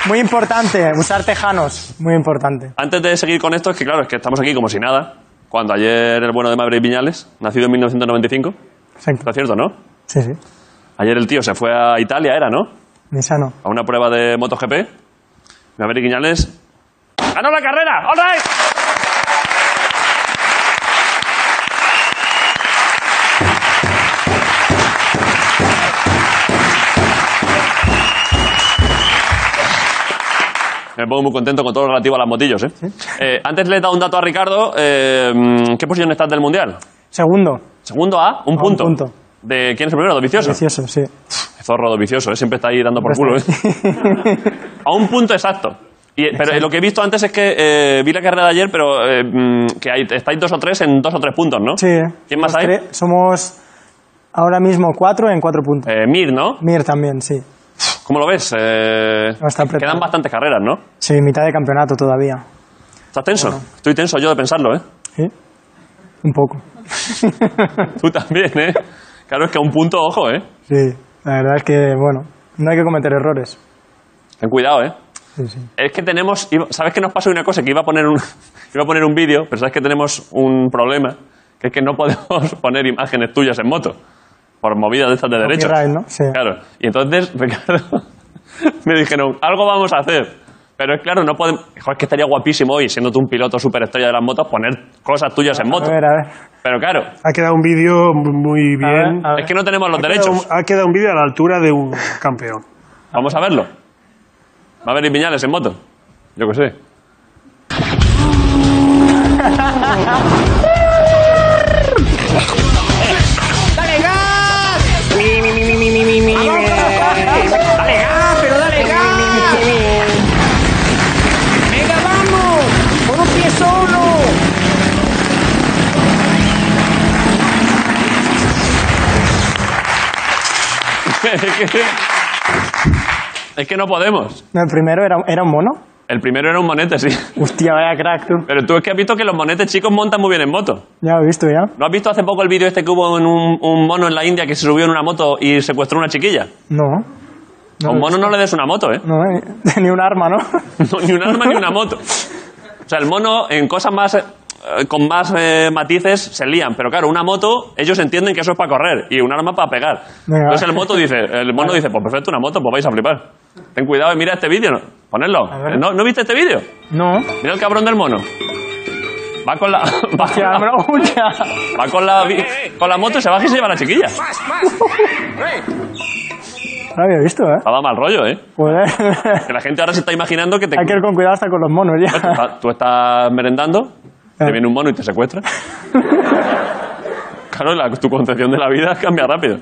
Muy importante, usar tejanos, muy importante.
Antes de seguir con esto, es que claro, es que estamos aquí como si nada. Cuando ayer el bueno de Maverick Viñales, nacido en 1995,
Exacto.
está cierto, ¿no?
Sí, sí,
Ayer el tío se fue a Italia, era, ¿no?
bien sano.
A una prueba de MotoGP. Maverick Viñales. ¡Ganó la carrera! ¡All right! Me pongo muy contento con todo lo relativo a las motillos, ¿eh? Eh, antes le he dado un dato a Ricardo. eh, mm, ¿Qué posición estás del Mundial?
Segundo,
Segundo A, un
un
punto.
punto.
¿De quién es el primero? ¿Dovicioso?
precioso, sí.
Zorro Dovicioso, ¿eh? Siempre está ahí dando por culo, ¿eh? A un punto exacto. Y- pero lo que he visto antes es que eh, vi la carrera de ayer, pero eh, mm, que hay, estáis dos o tres en dos o tres puntos, ¿no?
(laughs) Sí.
¿Quién más
Los
hay?
tres- Somos ahora mismo cuatro en cuatro puntos.
Eh, Mir, ¿no?
Mir también, sí.
¿Cómo lo ves? Eh,
No, está apretado.
quedan bastantes carreras, ¿no?
Sí, mitad de campeonato todavía.
¿Estás tenso? Estoy tenso yo de pensarlo, ¿eh? (laughs)
¿Sí? Un poco.
Tú también, ¿eh? Claro, es que a un punto, ojo, ¿eh?
Sí, la verdad es que, bueno, no hay que cometer errores.
Ten cuidado, ¿eh?
Sí, sí.
Es que tenemos. iba- ¿Sabes que nos pasó una cosa? Que iba a poner un, (laughs) iba a poner un vídeo, pero sabes que tenemos un problema, que es que no podemos (laughs) poner imágenes tuyas en moto. Por movidas de estas de derechos.
Copyright, ¿no? Sí.
Claro. Y entonces, (laughs) Ricardo, me dijeron, algo vamos a hacer. Pero es claro, no podemos. Joder, es que estaría guapísimo hoy, siendo tú un piloto superestrella de las motos, poner cosas tuyas en moto.
A ver, a ver.
Pero claro,
Ha quedado un vídeo muy
A ver,
bien.
a ver.
es que no tenemos los
Ha quedado
derechos.
un- Ha quedado un vídeo a la altura de un campeón.
Vamos a verlo. Va a haber Viñales en moto. Yo qué sé. es, que, es que no podemos.
No, el primero era, era un mono.
El primero era un monete, sí. (laughs)
Hostia, vaya crack tú.
Pero tú es que has visto que los monetes chicos montan muy bien en moto.
Ya lo he visto ya.
¿No has visto hace poco el vídeo este que hubo en un, un mono en la India que se subió en una moto y secuestró a una chiquilla?
No.
a un mono no le des una moto, ¿eh?
No, eh, (laughs) ni un arma, ¿no?
No, ni un arma ni una moto. O sea, el mono en cosas más... eh, con más eh, matices se lían, pero claro, una moto, ellos entienden que eso es para correr y un arma para pegar.
Venga.
Entonces el moto dice, el mono dice, pues perfecto, una moto, pues vais a flipar. Ten cuidado y mira este vídeo, ponedlo.
ver.
¿No, ¿No viste este vídeo?
(laughs) No.
Mira el cabrón del mono. Va con la. (laughs) Va con
Hostia,
la,
hombre, hostia.
va con la, vi- con la moto, se baja y se lleva a la chiquilla.
No lo había visto, ¿eh?
Va mal rollo, ¿eh?
Joder. (laughs)
Que la gente ahora se está imaginando que te.
hay que ir con cuidado hasta con los monos
Tú
ya.
estás- Tú estás merendando, te
Ah.
viene un mono y te secuestra. Claro, la- tu concepción de la vida cambia rápido.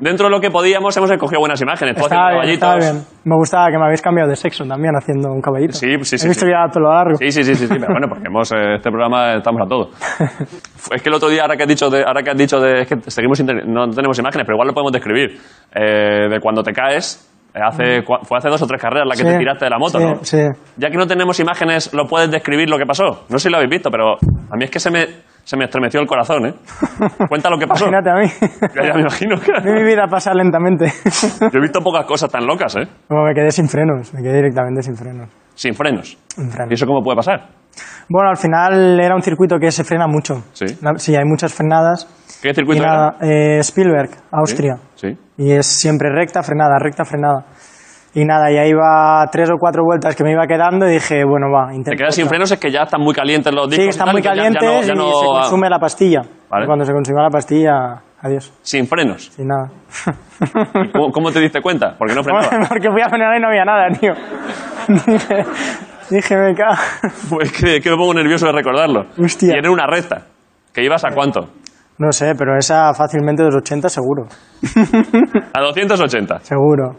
Dentro de lo que podíamos, hemos escogido buenas imágenes. Tú
(laughs) Estaba
haciendo
bien, estaba
caballitos.
bien. Me gustaba que me habéis cambiado de sexo también haciendo un caballito.
Sí, sí, sí,
He visto
sí.
ya pelo largo.
Sí, sí, sí, sí, sí, pero bueno, porque hemos, eh, este programa estamos a
(laughs)
todo. Es que el otro día, ahora que has dicho de, ahora que has dicho de, es que seguimos sin tener- no tenemos imágenes, pero igual lo podemos describir. Eh, de cuando te caes, eh, hace, cua- fue hace dos o tres carreras la que
Sí,
te tiraste de la moto,
sí,
¿no?
sí. (laughs)
Ya que no tenemos imágenes, ¿lo puedes describir lo que pasó? No sé si lo habéis visto, pero a mí es que se me, se me estremeció el corazón, ¿eh?
(laughs)
Cuenta lo que pasó. (laughs)
Imagínate a mí.
Ya, ya me imagino.
Vi mi vida pasar lentamente. (laughs)
Yo he visto pocas cosas tan locas, ¿eh?
Como me quedé sin frenos, me quedé directamente sin frenos.
Sin frenos.
Sin frenos.
¿Y eso cómo puede pasar?
Bueno, al final era un circuito que se frena mucho.
Sí.
La- sí, hay muchas frenadas.
¿Qué circuito
Y nada, eh, Spielberg, Austria.
Sí, sí.
Y es siempre recta, frenada, recta, frenada. Y nada, ya iba tres o cuatro vueltas que me iba quedando y dije, bueno, va,
Te
intento.
quedas sin frenos, es que ya están muy calientes los discos.
Sí,
y
están
tal,
muy
que ya- ya
calientes
no- ya no-
y se consume la pastilla.
Vale.
Y Cuando se consuma la pastilla, adiós,
Sin frenos.
sin
(laughs)
nada.
¿Y ¿Cómo, cómo te diste cuenta? Porque no frenaba.
Porque fui a frenar y no había nada, tío. (laughs) Dije- Dije, me cago.
(laughs) Pues que, que me pongo nervioso de recordarlo.
Hostia.
Y era una recta. ¿Que ibas a cuánto?
No sé, pero esa fácilmente de los 80 seguro.
A 280.
Seguro.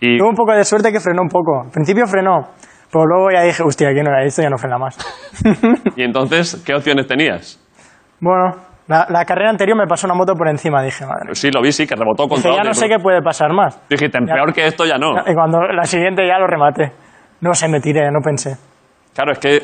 Y
Tuve un poco de suerte que frenó un poco. Al principio frenó, pero luego ya dije, hostia, aquí no era esto, ya no frena más.
Y entonces, ¿qué opciones tenías?
bueno, la, la carrera anterior me pasó una moto por encima, dije, madre.
Sí, lo vi, sí, que rebotó
Dije,
contra
ya
otro.
no sé qué puede pasar más.
Dijiste,
ya-
peor que esto ya pues. no.
Y cuando la siguiente ya lo rematé. No sé, me tiré, no pensé.
Claro, es que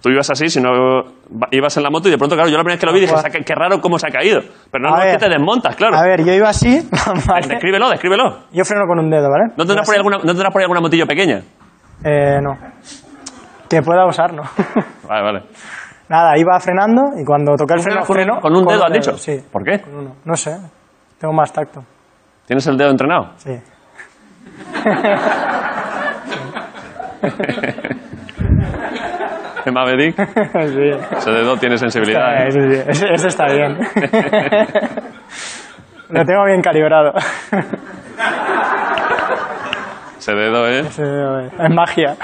tú ibas así, si no va- ibas en la moto y de pronto, claro, yo la primera vez que lo vi dije,
Guau.
"Sa- qué, qué raro cómo se ha caído. Pero no, no
A
es
ver.
que te desmontas, claro.
A ver, yo iba así, (laughs) ¿vale?
Descríbelo, descríbelo.
Yo freno con un dedo, ¿vale?
¿No tendrás, por ahí alguna, ¿No tendrás por ahí alguna motillo pequeña?
Eh, no. Que pueda usar, ¿no? (laughs)
Vale, vale.
Nada, iba frenando y cuando toqué el freno,
con,
freno
con un dedo, has dicho?
Sí,
¿Por qué?
con uno. No sé, tengo más tacto,
¿Tienes el dedo entrenado? (laughs)
sí.
En Maverick,
sí.
ese dedo tiene sensibilidad.
Está-
¿eh?
Eso, sí, eso- eso está
(laughs)
bien. (laughs) Lo tengo bien calibrado.
¿eh? Ese dedo es... (laughs)
Sí, Eh, Es
(laughs)
magia.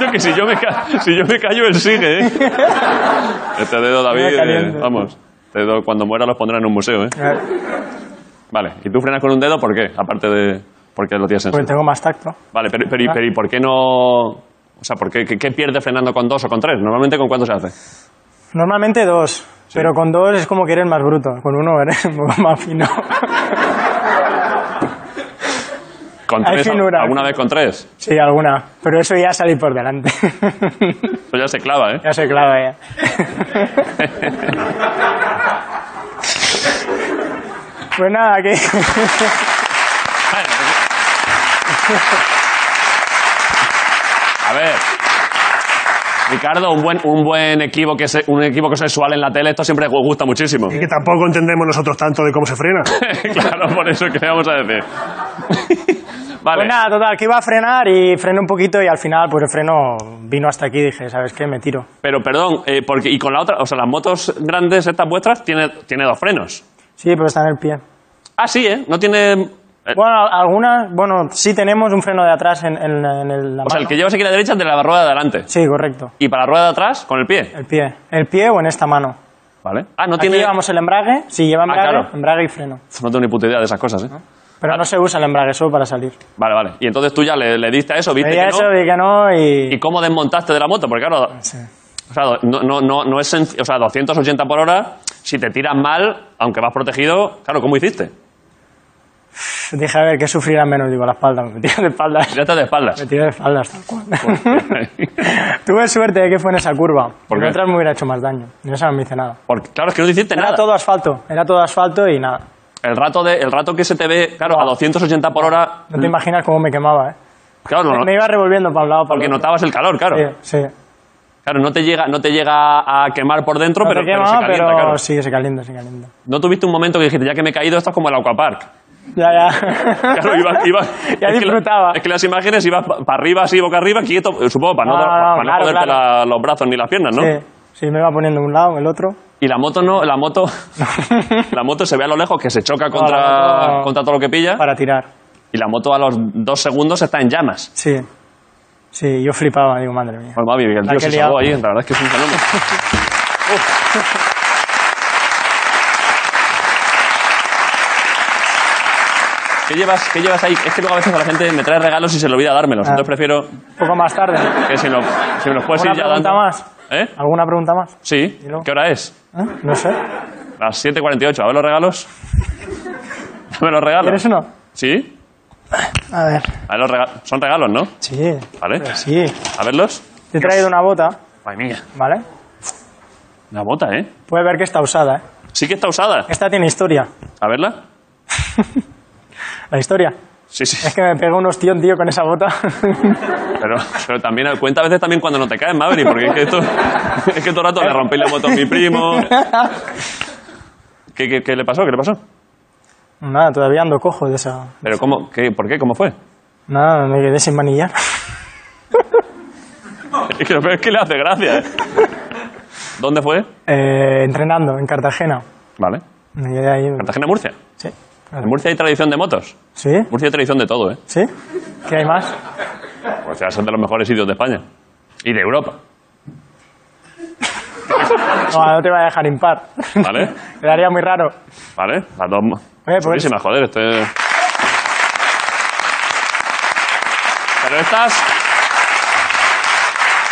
Yo que si yo, me ca- si yo me callo, él sigue,
(laughs)
¿eh? Este dedo, David,
caliente.
eh, vamos. Este dedo, cuando muera, los pondrán en un museo, ¿eh? Vale, y tú frenas con un dedo, ¿por qué? Aparte de porque lo tienes
Porque
sensible.
tengo más tacto.
Vale, pero, pero, y-
ah.
pero ¿y por qué no...? O sea, ¿por qué, qué, qué pierde frenando con dos o con tres? Normalmente, ¿con cuánto se hace?
Normalmente dos, pero con dos es como que eres más bruto. Con uno eres (laughs) un poco más fino.
¿Con
Hay
tres? al-
finura.
¿Alguna vez con tres?
Sí, alguna. Pero eso ya salí por delante.
(laughs)
Eso ya se clava, ¿eh?
ya se clava ya. pues nada, que...
(laughs) A ver... Ricardo, un buen, un buen equívoco, se- un equívoco sexual en la tele, esto siempre gusta muchísimo.
Y (laughs) que tampoco entendemos nosotros tanto de cómo se frena.
(laughs) claro, por eso que le vamos a
(laughs)
decir. vale.
Pues nada, total, que iba a frenar y frené un poquito y al final pues el freno vino hasta aquí. Dije, ¿sabes qué? Me tiro.
Pero perdón, eh, porque y con la otra, o sea, las motos grandes estas vuestras tiene, tiene dos frenos.
Sí, pero está en el pie.
Ah, sí, ¿eh? No tiene... eh,
Bueno, algunas, bueno, sí tenemos un freno de atrás en, en- en el, la
o sea, el
mano.
que llevas aquí a la derecha es de la rueda de adelante.
Sí, correcto.
Y para la rueda de atrás, con el pie.
El pie. El pie o en esta mano.
Vale. Ah, no
Aquí
tiene... Ah,
llevamos el embrague. Sí, lleva embrague,
claro.
embrague y freno.
Uf, No tengo ni puta idea de esas cosas, ¿eh?
Pero no se usa el embrague solo para salir.
Vale, vale. Y entonces tú ya le, le diste a eso, viste
Veía
que
eso,
no.
vi que no y...
¿Y cómo desmontaste de la moto? Porque claro,
Sí.
o sea, no, no, no, no es senc- O sea, 280 por hora, si te tiras mal, aunque vas protegido, claro, ¿cómo hiciste?
Dije, a ver, ¿qué sufrirá menos? Digo, la espalda. (laughs) Me tiré de
(laughs)
espaldas.
Tiraste de espaldas.
Me tiré de espaldas, tal cual. (laughs) Tuve suerte de que fue en esa curva.
Pues ¿Por
En
qué?
otras me hubiera hecho más daño. En esa no me hice nada.
(laughs) Porque, claro, es que no hiciste
Era
nada.
todo asfalto, era todo asfalto y nada.
El rato, de, el rato que se te ve, claro,
Ah.
a 280 por hora.
No te imaginas cómo me quemaba, ¿eh?
Claro, no-
Me iba revolviendo para un lado, para
porque
el otro.
notabas el calor, claro.
Sí, sí.
Claro, no te llega, no te llega a quemar por dentro,
No
pero,
te
pero
quemaba,
se calienta,
pero
claro.
sí, se calienta, se calienta.
No tuviste un momento que dijiste, ya que me he caído, esto es como el aquapark.
(laughs) Ya, ya.
Claro, iba, iba-
(laughs) ya
es que la-
disfrutaba.
es que las imágenes ibas para arriba, así, boca arriba, quieto, eh, supongo, para no,
No, no,
para no
Ah, claro,
joderte
claro.
la- los brazos ni las piernas, ¿no?
Sí, sí, me iba poniendo un lado,
(laughs)
el otro.
Y la moto no, la moto, (laughs) la moto se ve a lo lejos que se choca contra,
moto-
contra todo lo que pilla.
Para tirar.
Y la moto a los dos segundos está en llamas.
Sí. Sí, yo flipaba, digo, madre mía.
Bueno, Mavi, el
La
tío
que
se
he liado.
salvó ahí, la verdad es que es un
(laughs)
fenómeno. Uf. ¿Qué llevas, ¿Qué llevas ahí? Es que luego a veces a la gente me trae regalos y se le olvida dármelos.
Ah.
Entonces prefiero
Un poco más tarde.
que si, me lo- si me los puedes ir
¿Alguna
Pues ya
pregunta
dando.
más?
¿Eh?
¿Alguna pregunta más?
Sí.
Dilo.
¿Qué hora es?
¿Eh? No sé.
Las 7.48. A ver los regalos. (laughs) Dame los regalos.
¿Quieres uno?
¿Sí?
A ver.
A ver los rega- Son regalos, ¿no?
Sí. Pues
Vale.
Sí.
A verlos.
Te he traído una bota,
Madre mía.
¿vale?
Una bota, ¿eh?
Puedes ver que está usada, ¿eh?
Sí que está usada.
Esta tiene historia.
A verla.
La historia.
Sí, sí.
Es que me pegó un ostión, tío, con esa bota. (laughs)
Pero, pero también cuenta a veces también cuando no te caes, Maverick, porque es que, esto, es que todo el rato le rompí la moto a mi primo. ¿Qué, qué, qué le pasó? ¿Qué le pasó?
Nada, todavía ando cojo de esa.
¿Pero cómo, qué, ¿Por qué? ¿Cómo fue?
Nada, me quedé sin manillar. (laughs)
Es que, pero es que le hace gracia. ¿eh? ¿Dónde fue?
Eh, entrenando en Cartagena.
Vale.
Me quedé ahí.
Cartagena-Murcia.
Sí.
En Murcia hay tradición de motos.
¿Sí?
Murcia hay tradición de todo, ¿eh?
¿Sí? ¿Qué hay más?
Murcia es de los mejores sitios de España. Y de Europa.
No, no te voy a dejar impar. (laughs)
¿Vale?
Quedaría muy raro.
¿Vale? Las dos.
pues-
Chulísimas, joder. Esto es- Pero estas,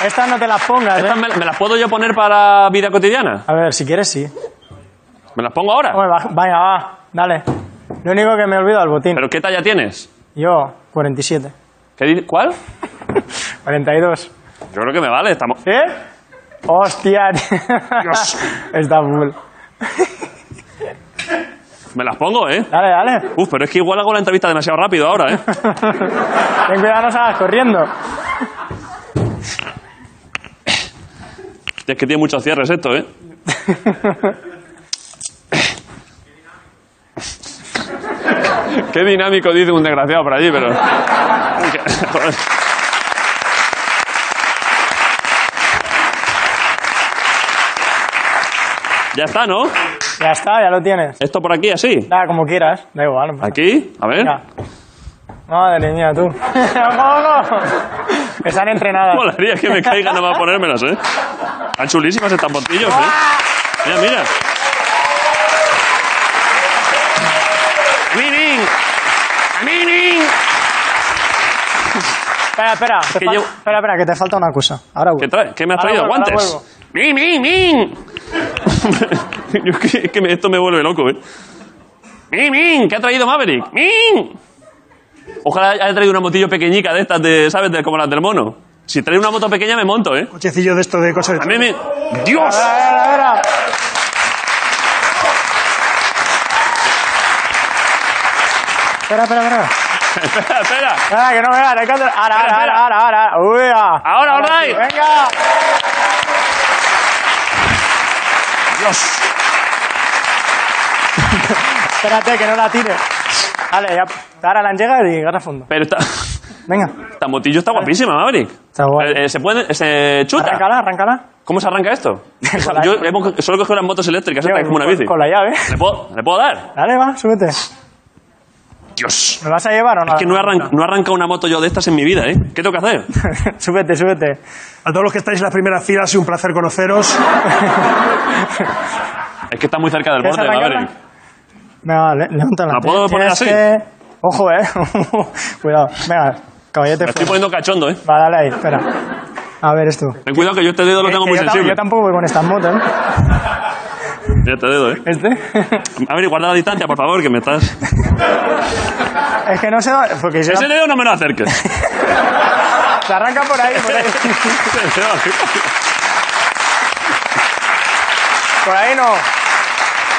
Estas no te las pongas, ¿eh?
estas me, me las puedo yo poner para vida cotidiana.
A ver, si quieres, sí.
¿Me las pongo ahora?
Hombre, va- Venga, va, dale. Lo único que me olvido el botín.
¿Pero qué talla tienes?
Yo, 47.
¿Qué di- ¿Cuál?
42.
Yo creo que me vale. Estamos...
¿Sí? ¡Hostia! (laughs) Dios. Está full.
Me las pongo, ¿eh?
Dale, dale. (laughs)
Uf, pero es que igual hago la entrevista demasiado rápido ahora, ¿eh?
Ten cuidado, no salgas corriendo.
Es que tiene muchos cierres esto, ¿eh? (laughs) Qué dinámico dice un desgraciado por allí, pero... (laughs) Joder. ya está, ¿no?
Ya está, ya lo tienes.
Esto por aquí, así.
Da, como quieras. Da igual. no pasa
Aquí, a ver.
nada. Madre mía, (laughs) tú. ¡Ojo, ojo! Que están entrenadas.
Molaría que me caigan nada más ponérmelas, ¿eh? Están chulísimas estas botillos, ¿eh? Mira, mira. ¡Mining! ¡Mining!
Espera, espera. te
Que
fal-
llevo-
Espera, espera, que te falta una cosa. Ahora vuelvo.
¿Qué, trae? ¿Qué me has
Ahora
traído?
vuelvo, ahora
¿Guantes?
vuelvo.
¡Min, min, min! (laughs) Yo es que, es que me- esto me vuelve loco, ¿eh? ¡Min, min! ¿Qué ha traído Maverick? ¡Min! Ojalá haya traído una motillo pequeñica de estas, de, ¿sabes? De, como las del mono. Si trae una moto pequeña me monto, ¿eh?
Cochecillo de esto de cosas
A
de...
mí me... ¡Dios!
Espera, espera. Espera, espera, espera.
espera, espera.
Espera, que no me gane. Ahora, ahora,
Espera, espera.
ahora, ahora, ahora. Uy, ah.
Ahora, all
sí,
right.
Venga.
¡Dios!
Espérate, que no la tires. Vale, ya. Ahora la llega y agarra fondo.
Pero esta,
Venga.
esta motillo está guapísima, Maverick.
Está guay.
Eh, eh, se puede... Se chuta.
Arráncala, arráncala.
¿Cómo se arranca
(laughs)
esto? Yo hemos- solo cogido las motos eléctricas, esta que es como una
Con-
bici.
Con la llave.
¿Le puedo, ¿Le puedo dar?
Dale, va, súbete.
¡Dios!
¿Me vas a llevar o no? (laughs)
Es que no arranca, no arranca una moto yo de estas en mi vida, ¿eh? ¿Qué tengo que hacer?
súbete, súbete.
A todos los que estáis en las primeras filas, ha sido un placer
(laughs)
conoceros.
Es que está muy cerca del
¿Quieres
borde, a ver.
arrancarla? Venga, le- levántala.
¿La puedo poner
Tienes
así?
que- Ojo, eh. (laughs) Cuidado. Venga, caballete
Me estoy
fuera.
poniendo cachondo, ¿eh?
Va, dale ahí, espera. A ver esto.
Ten cuidado que yo este dedo lo tengo
Que
muy
yo, tam-
sensible.
yo tampoco voy con estas motos, ¿eh?
Ya este dedo, ¿eh?
¿Este?
A ver, guarda la distancia, por favor, que me
(laughs)
estás...
es que no sé dónde... Porque se,
Ese dedo no me lo
(laughs)
acerques.
se arranca por ahí, por ahí.
Ese dedo.
Por ahí no.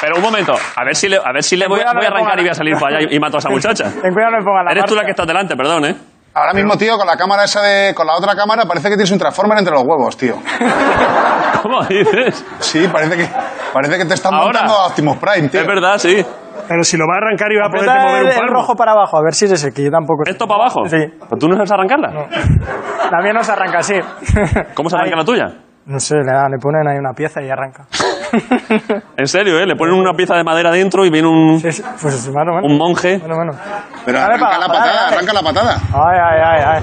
Pero un momento, a ver si le, a ver si le voy,
cuidado,
voy a
no le
arrancar
ponga-
y voy a salir para allá y, y mato a esa muchacha.
Ten cuidado, no me pongas la
Eres tú la
marcha.
que estás delante, perdón, ¿eh?
Ahora mismo, tío, con la cámara esa de. con la otra cámara, parece que tienes un transformer entre los huevos, tío.
¿Cómo dices?
Sí, parece que. Parece que te están
Ahora.
montando a Optimus Prime, tío.
Es verdad, sí.
Pero si lo va a arrancar y va a poder
Aprieta
mover
el,
un
el
palmo.
rojo para abajo, a ver si es ese, que yo tampoco sé.
¿Esto para abajo?
Sí.
¿Pero tú no sabes arrancarla?
La mía no se arranca así.
¿Cómo se arranca
Ahí.
la tuya?
No sé, le, dan- le ponen ahí una pieza
(laughs)
y arranca.
En serio, ¿eh? Le ponen una pieza de madera dentro y viene un,
Sí, sí, Pues hermano, bueno.
un monje.
Bueno, bueno.
Pero
Dale
arranca
para
la
abajo,
patada,
dale, dale.
arranca la patada.
Ay, ay, ay, ay.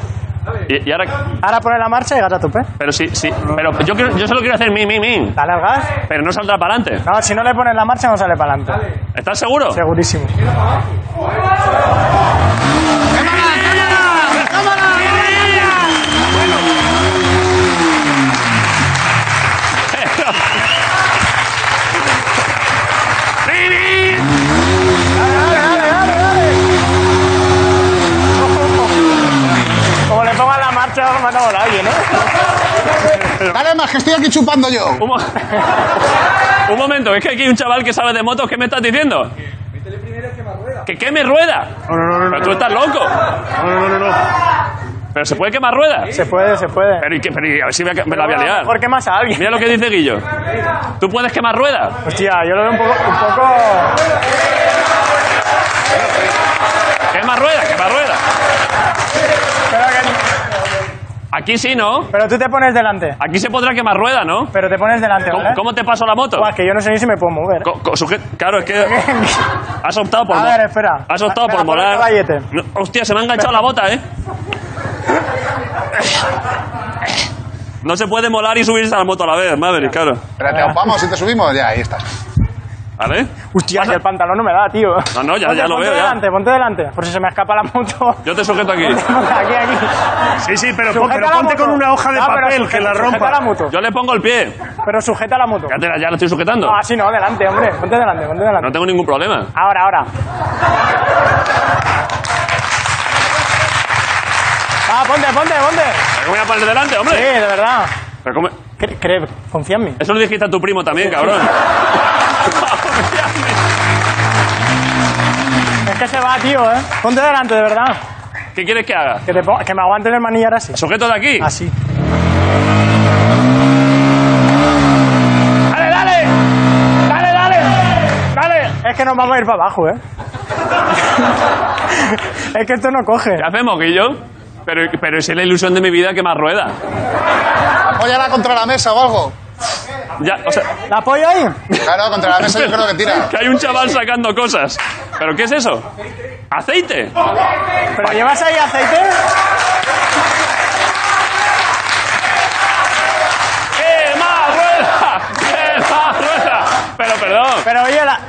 Y, y ahora...
Ahora pone la marcha y gas a tope.
Pero sí, sí. Pero yo, quiero- yo solo quiero hacer mi, mi, mi.
Dale al gas.
Pero no saldrá para adelante.
No, si no le pones la marcha no sale para adelante.
¿Estás seguro?
Segurísimo. Dale, dale, dale, dale. Como le pongan la marcha, matamos a alguien, ¿eh?
Dale más, que estoy aquí chupando yo.
Un, mo- (laughs) un momento, es que aquí hay un chaval que sabe de motos. ¿Qué me estás diciendo? ¡Que queme rueda!
No, no, no, no,
¡Pero
no.
tú estás loco!
No, no, no, no, no.
¿Pero se puede quemar rueda?
Se puede, se puede.
Pero, ¿y qué? Pero, ¿y a ver si me, me la voy a
Bueno,
liar.
Mejor quemas a alguien.
Mira lo que dice Guillo. ¿Tú puedes quemar rueda?
Hostia, yo lo veo un poco... Un poco...
¡Quema rueda, quema rueda!
Pero, que-
Aquí sí, ¿no?
pero tú te pones delante.
Aquí se podrá quemar rueda, ¿no?
Pero te pones delante,
¿Cómo,
¿Eh?
¿vale?
cómo te paso la moto?
Pues,
Buah, que yo no sé ni si me puedo mover.
Co- co- suje- Claro, es que has optado por...
(laughs) A
mo-
ver, espera.
Has optado
Espera,
por
ponete
molar...
gallete.
No, hostia, se me ha enganchado la bota, ¿eh? No se puede molar y subirse a la moto a la vez, Maverick, claro.
Espérate,
Ah.
vamos, si te subimos, ya, ahí está.
¿Vale?
Hostia,
Pasa-
que el pantalón no me da, tío.
No, no, ya-
ponte,
ya lo
ponte
veo, ya.
delante, ponte delante. Por si se me escapa la (laughs) moto.
Yo te sujeto aquí.
Ponte aquí, aquí.
Sí, sí, pero, pon-
Sujeta
pero
la
ponte
moto.
con una hoja de
No, pero
papel
sujeta-
que la
Sujeta la
rompa.
moto.
Yo le pongo el pie.
Pero sujeta la moto.
Ya, te la- ya la estoy sujetando.
No, así no, delante, hombre. Ponte delante, ponte delante.
No tengo ningún problema.
Ahora, ahora. Ah, ponte, ponte, ponte.
¿Pero qué voy a poner delante,
Sí,
hombre?
de verdad.
Pero cómo-
Cre- cre- confía en mí.
Eso lo dijiste a tu primo también, cabrón.
Es que se va, tío, ¿eh? Ponte delante, de verdad.
¿Qué quieres que haga?
Que, te pon- que me aguanten el manillar así.
¿Sujeto de aquí?
Así.
¡Dale, dale! ¡Dale, dale! ¡Dale!
Es que nos vamos a ir para abajo, ¿eh? (laughs) es que esto no coge.
¿Qué hacemos, Guillo? Pero, pero si es la ilusión de mi vida que más rueda.
Apóyala contra la mesa o algo.
Ya, o sea,
¿La apoyo ahí?
Claro, contra la mesa yo creo que tira.
que hay un chaval sacando cosas. ¿Pero qué es eso? ¿Aceite?
¿Pero llevas ahí aceite?
¡Qué más rueda! ¡Qué más rueda! Pero perdón,
Pero oye, la...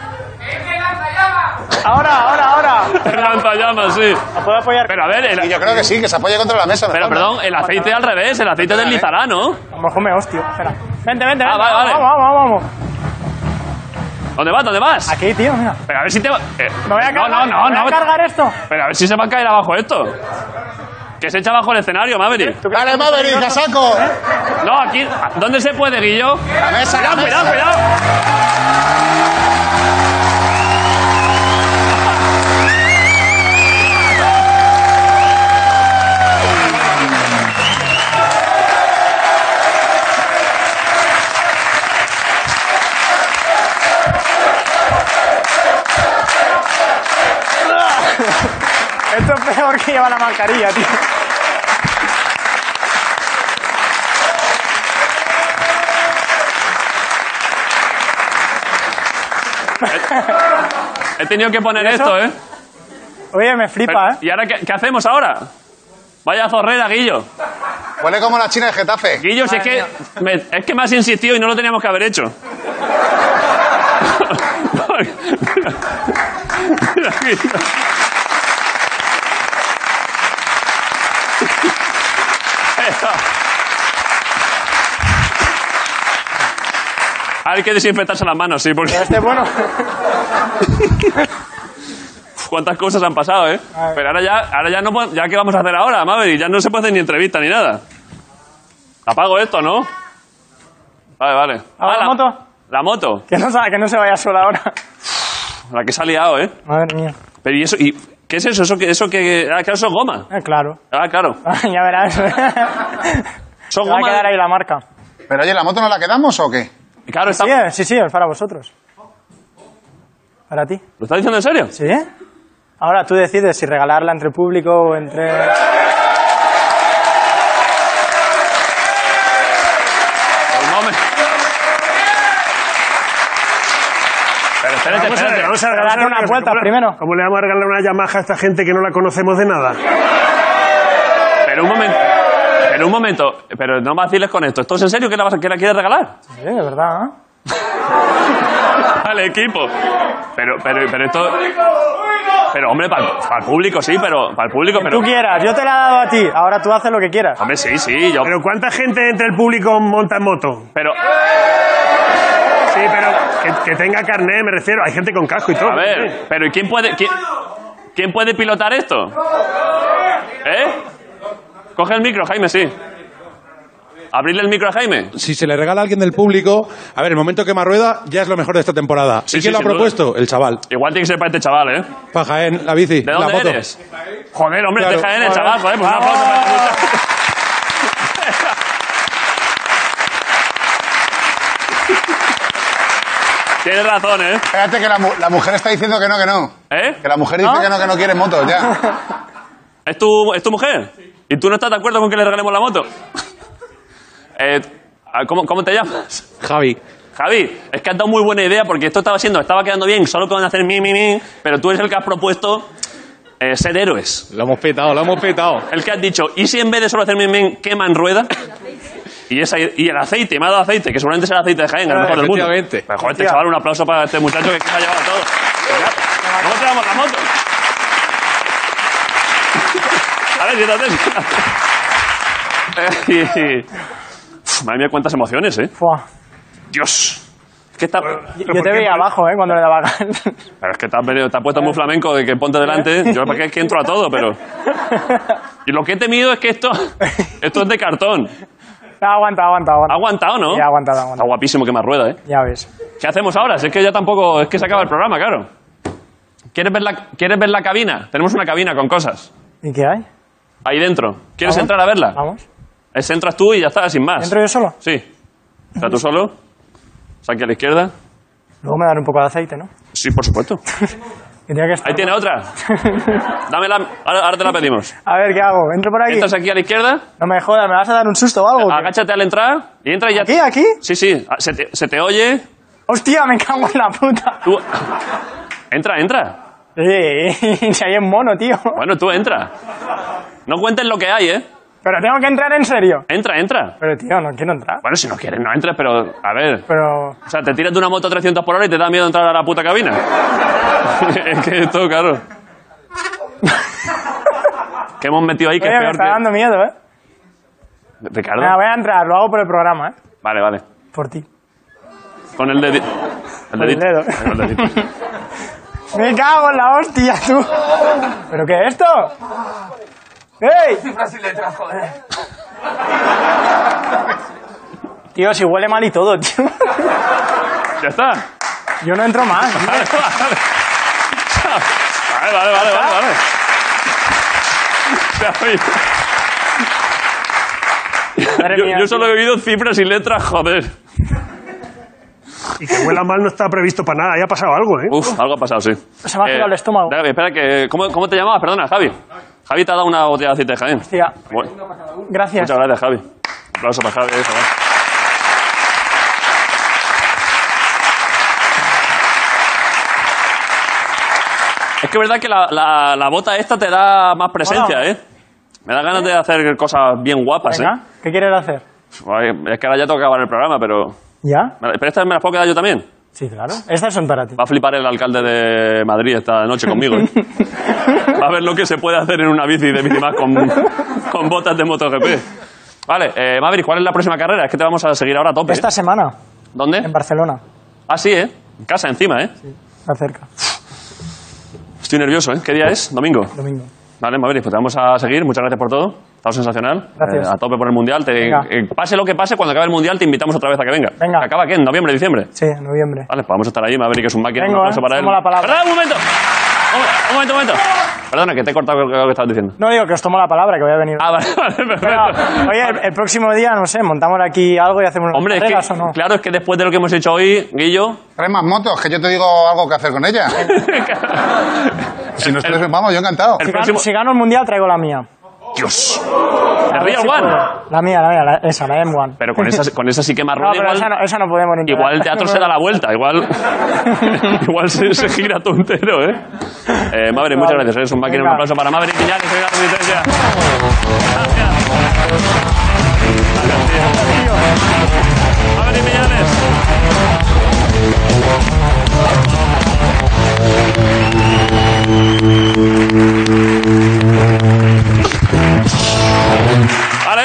Ahora, ahora, ahora.
el lanzallamas, sí.
¿La puedo apoyar?
Pero a ver, el-
Y yo creo que sí, que se apoye contra la mesa.
pero
mejor, ¿no?
perdón, el aceite al revés, el aceite deslizará, ¿no?
A lo mejor me hostio. Espera. Vente, vente, vente.
Ah, vale, vale.
Vamos, vamos, vamos.
¿Dónde vas? ¿Dónde vas?
Aquí, tío, mira.
Pero a ver si te va... eh,
Me voy a
no,
cargar,
no, no,
me voy
no.
a cargar esto.
Pero a ver si se va a caer abajo esto. Que se echa abajo el escenario, Maverick.
Dale, Maverick, a saco.
No, aquí... ¿Dónde se puede, Guillo?
La mesa, la
¡Cuidado,
mesa.
cuidado, cuidado!
Esto es peor que llevar la mascarilla, tío.
He tenido que poner
¿Y eso?
esto, ¿eh?
Oye, me
Pero-
flipa, ¿eh?
¿Y ahora qué, qué hacemos ahora? Vaya zorrera, Guillo.
Huele como la china de Getafe.
Guillo, si es que, me, es que me has insistido y no lo teníamos que haber hecho. Mira, Guillo. Hay que desinfectarse las manos, sí,
(laughs)
porque
Pero este es bueno.
cuántas cosas han pasado, ¿eh?
ver.
Pero ahora ya, ahora ya no po- ya qué vamos a hacer ahora, Maverick, ya no se puede hacer ni entrevista ni nada. Apago esto, ¿no? Vale, vale.
¿Ahora la moto?
La moto,
Que no, sa- que no se vaya sola ahora.
la que se ha liado, ¿eh?
Madre mía.
Pero ¿y eso? ¿Y qué es eso? ¿Eso que eso que ah, claro, eso es goma?
(laughs) Eh, claro. (laughs)
Ah, claro.
ya (laughs) verás.
Son
Me va a
goma-
quedar ahí la marca.
Pero oye, ¿la moto no la quedamos o qué?
Claro, está,
Sí, eh, sí, sí, es para vosotros. Para ti.
¿lo estás diciendo en serio?
¿Sí? Ahora tú decides si regalarla entre público o entre... (laughs)
Pues no me- Pero espérate,
Vamos a ver, vamos a
espérate.
ver,
Pero
vamos a
date
ver
unas
una cosa.
vueltas
¿Cómo le-
primero.
¿Cómo le vamos a regalar una Yamaha a esta gente que no la conocemos de nada?
Pero un momento. Pero un momento. Pero no vaciles con esto. ¿Esto es en serio que la, vas a- que la quieres regalar?
Sí, de verdad, ¿eh?
al equipo. Pero, pero, pero esto. Pero, hombre, para el, público sí, pero. Para el público, pero.
Tú quieras, yo te la he dado a ti, ahora tú haces lo que quieras.
Hombre, sí, sí, yo.
¿Pero cuánta gente entre el público monta en moto?
Pero,
Sí, pero que, que tenga carné, me refiero. Hay gente con casco y todo.
a ver, pero ¿y quién puede. Quién, quién puede pilotar esto? ¿Eh? Coge el micro, Jaime, sí. abrirle el micro a Jaime.
Si se le regala a alguien del público, a ver, el momento que más rueda ya es lo mejor de esta temporada.
Sí,
¿Y
sí,
quién lo ha
sin duda.
propuesto? El chaval.
Igual tiene que ser para este chaval, ¿eh?
Para Jaén, la bici,
¿De
la
dónde
moto.
eres? Joder, hombre,
Claro.
de Jaén, el chaval, joder, pues un aplauso para este muchacho. (laughs) Tienes razón, ¿eh?
Espérate que la, mu- la mujer está diciendo que no, que no.
¿Eh?
Que la mujer dice
¿No?
que no, que no quiere motos, ya.
¿Es tu, es tu mujer? ¿Y tú no estás de acuerdo con que le regalemos la moto? (laughs) Eh, ¿cómo, ¿Cómo te llamas?
Javi,
Javi, es que has dado muy buena idea porque esto estaba siendo, estaba quedando bien solo con hacer mi, mi, mi, pero tú eres el que has propuesto eh, ser héroes.
lo hemos petado, lo hemos petado.
El que has dicho, ¿y si en vez de solo hacer mi, mi, queman rueda? Y, esa, y el aceite, me ha dado aceite, que seguramente será aceite de Jaén, a lo mejor del mundo.
Efectivamente.
Pero, joder, este chaval, un aplauso para este muchacho que aquí se ha llevado todo. Venga, ¿Cómo te damos la moto? A ver, siéntate. (laughs) Eh, y- y- Uf, Madre mía, cuántas emociones, ¿eh?
Fua.
Dios. Es que está...
Yo te veía abajo, ¿eh? Cuando le daba gas.
Pero es que te has, venido- te has puesto muy flamenco de que ponte delante. Yo para qué es que entro a todo, pero... Y lo que he temido es que esto... Esto es de cartón.
No, (laughs) aguanta, aguanta,
Ha
aguanta.
aguantado, ¿no?
Ya, aguanta, aguanta.
Está guapísimo que más rueda, ¿eh?
Ya ves.
¿Qué hacemos ahora? Si es que ya tampoco... Es que se acaba el programa, claro. ¿Quieres ver la, ¿quieres ver la cabina? Tenemos una cabina con cosas.
¿Y qué hay?
Ahí dentro. ¿Quieres
Vamos.
entrar a verla?
Vamos.
Es, entras tú y ya está, sin más.
¿Entro yo solo?
Sí. Está tú solo. Saque a la izquierda.
Luego me dan un poco de aceite, ¿no?
Sí, por supuesto.
Que tenía que estar-
Ahí tiene otra. Dámela. Ahora, ahora te la pedimos.
(laughs) A ver, ¿qué hago? ¿Entro por aquí?
Entras aquí a la izquierda.
No me jodas, ¿me vas a dar un susto o algo?
Agáchate al entrar y entra y ya.
¿Aquí, aquí?
Sí, sí. Ah, Se te, se te oye.
¡Hostia, me cago en la puta!
Tú. Entra, entra.
Eh, (laughs) si hay un mono, tío.
Bueno, tú entra. No cuentes lo que hay, ¿eh?
Pero tengo que entrar en serio.
Entra, entra.
Pero, tío, no quiero entrar.
Bueno, si no quieres, no entres, pero. A ver.
Pero...
O sea, te tiras de una moto a 300 por hora y te da miedo entrar a la puta cabina. (laughs) es que esto, claro. (laughs) ¿Qué hemos metido ahí? Que
Oye,
es
me
peor
está
que...
dando Ah, miedo, ¿eh?
Ricardo.
Nada, voy a entrar, lo hago por el programa, ¿eh?
Vale, vale.
Por ti.
Con
(laughs)
el dedito. El
el
dedito.
dedo.
Con el dedito.
¡Me cago en la hostia, tú! ¿Pero qué es esto? ¡Ey! Tío, si huele mal y todo, tío.
Ya está.
Yo no entro
(laughs)
más. tío.
Vale, vale. Vale, vale, vale, vale, vale. Te has oído.
Madre
Yo,
mía,
yo
tío.
solo he bebido cifras y letras, joder.
Y que huela mal no está previsto para nada. Ya ha pasado algo, ¿eh?
Uf, algo ha pasado, sí. Eh,
Se me ha girado el estómago.
David, espera, que, ¿cómo, ¿cómo te llamabas? Perdona, Javi. Javi te ha dado una botella de aceite de Jaén.
Hostia,
Bueno,
gracias.
muchas gracias, Javi. Un aplauso para Javi. eso va. Es que es verdad que la, la- la bota esta te da más presencia,
Hola.
¿eh? Me da ganas de hacer cosas bien guapas,
Venga, ¿qué quieres hacer?
¿eh? Ay, Es que ahora ya tengo que acabar el programa, pero...
¿Ya?
Vale, Pero estas me las puedo quedar yo también.
Sí, claro. Estas son para ti.
Va a flipar el alcalde de Madrid esta noche conmigo. ¿eh? Va a ver lo que se puede hacer en una bici de bici más con, con botas de MotoGP. Vale, eh, Maverick, ¿cuál es la próxima carrera? Es que te vamos a seguir ahora a tope. ¿eh?
(laughs) Esta semana,
¿Dónde?
en Barcelona.
Ah, sí, ¿eh? En casa, encima, ¿eh?
Está cerca,
Estoy nervioso, ¿eh? ¿Qué día es? Domingo.
domingo.
Vale, Maverick, pues te vamos a seguir. Muchas gracias por todo. Estado sensacional.
Gracias.
Eh, a tope por el Mundial. Te-
Venga.
eh, pase lo que pase, cuando acabe el Mundial te invitamos otra vez a que venga.
Venga.
¿Acaba qué? ¿En noviembre, diciembre?
Sí, en noviembre.
Vale, pues vamos a estar ahí, Maverick es un máquina,
Vengo,
un aplauso
eh,
para él.
tomo la palabra.
Perdón, un momento! Un mo- Un momento, un momento. Perdona, que te he cortado lo que estabas diciendo.
No digo que os tomo la palabra, que voy a venir.
Ah, vale, (laughs) vale, perfecto.
Pero, oye, el, el próximo día, no sé, montamos aquí algo y hacemos unas
Hombre, es
carreras
que,
o no.
claro, es que después de lo que hemos hecho hoy, Guillo... (laughs)
Trae más motos, que yo te digo algo que hacer con ella. Si nos tres, vamos, yo encantado.
el
si,
próximo...
gano, si gano el mundial, traigo la mía.
¡Dios!
A
El
ver
Real
si
One.
puedo. La mía, la mía, la- esa, la M1.
Pero con
(laughs)
esa, con esa sí que más
no,
rueda,
pero
igual,
esa, no, esa no podemos ni
igual el teatro se da la vuelta. Igual, (laughs) igual se, se gira todo entero, ¿eh? Eh, Maverick, muchas gracias. Eres un máquina, un
Venga.
aplauso para Maverick. Piñales, que la penitencia. Maverick Piñales. Vale.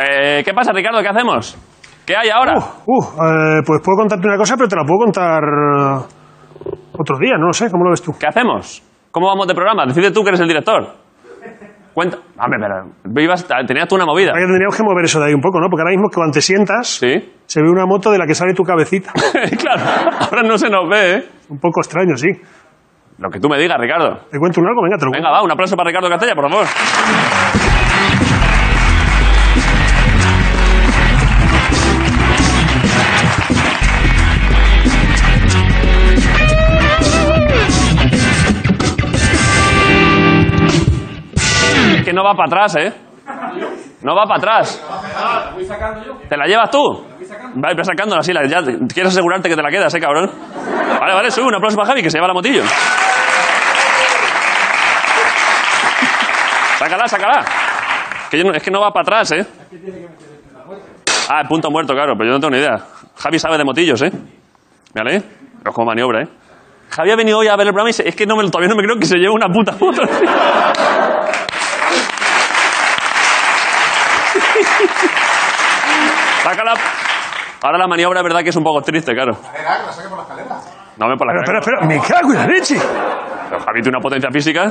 Eh, ¿Qué pasa, Ricardo? ¿Qué hacemos? ¿Qué hay ahora?
Uh, eh, pues puedo contarte una cosa, pero te la puedo contar eh, otro día, no lo sé. ¿Cómo lo ves tú?
¿Qué hacemos? ¿Cómo vamos de programa? Decide tú que eres el director. Cuenta. Hombre, pero vivas, tenías tú una movida.
Ahora que tendríamos que mover eso de ahí un poco, ¿no? Porque ahora mismo cuando te sientas, se ve una moto de la que sale tu cabecita.
(laughs) claro, ahora no se nos ve, ¿eh?
Un poco extraño, sí.
Lo que tú me digas, Ricardo.
¿Te cuento un algo? Venga, te lo
Venga, va, un aplauso para Ricardo Castella, por favor. Es que no va para atrás, ¿eh? No va para atrás. ¿Te la llevas tú? Vale, pero sacándola así. la- ya- quieres asegurarte que te la quedas, ¿eh, cabrón? Vale, vale, sube un aplauso para Javi, que se lleva la motillo. Sácala, sácala. Que yo no- es que no va para atrás, ¿eh? Ah, punto muerto, claro, pero yo no tengo ni idea. Javi sabe de motillos, ¿eh? ¿Vale? Pero como maniobra, ¿eh? Javi ha venido hoy a ver el programa y dice, es que no me, lo- todavía no me creo que se lleve una puta moto. (laughs) Sácala. Ahora la maniobra es verdad que es un poco triste, claro. No me por la cara.
Pero, espera, espera, me cago en la leche.
Pero Javi tiene una potencia física.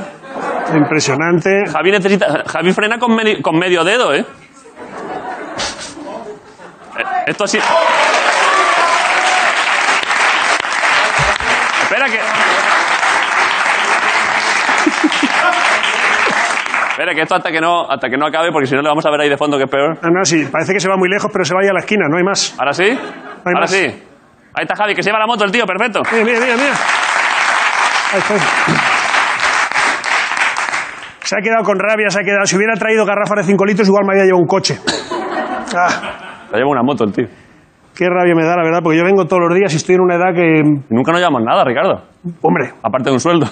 Impresionante.
Javi necesita. Javi frena con, medi- con medio dedo, ¿eh? Eh, Esto así. Espera que. Espera que esto hasta que no hasta que no acabe porque si no le vamos a ver ahí de fondo que es peor.
Ah, No, no, sí, parece que se va muy lejos, pero se va ahí a la esquina, no hay más.
Ahora sí. Ahora
más.
sí. Ahí está Javi que se lleva la moto el tío, perfecto.
Mira, mira, mira, mira. Ahí está. Se ha quedado con rabia, se ha quedado. Si hubiera traído garrafas de 5 litros, igual me había llevado un coche. Ah,
Le lleva una moto el tío.
qué rabia me da, la verdad, porque yo vengo todos los días y estoy en una edad que.
Y nunca nos llevamos nada, Ricardo.
Hombre,
Aparte de un sueldo.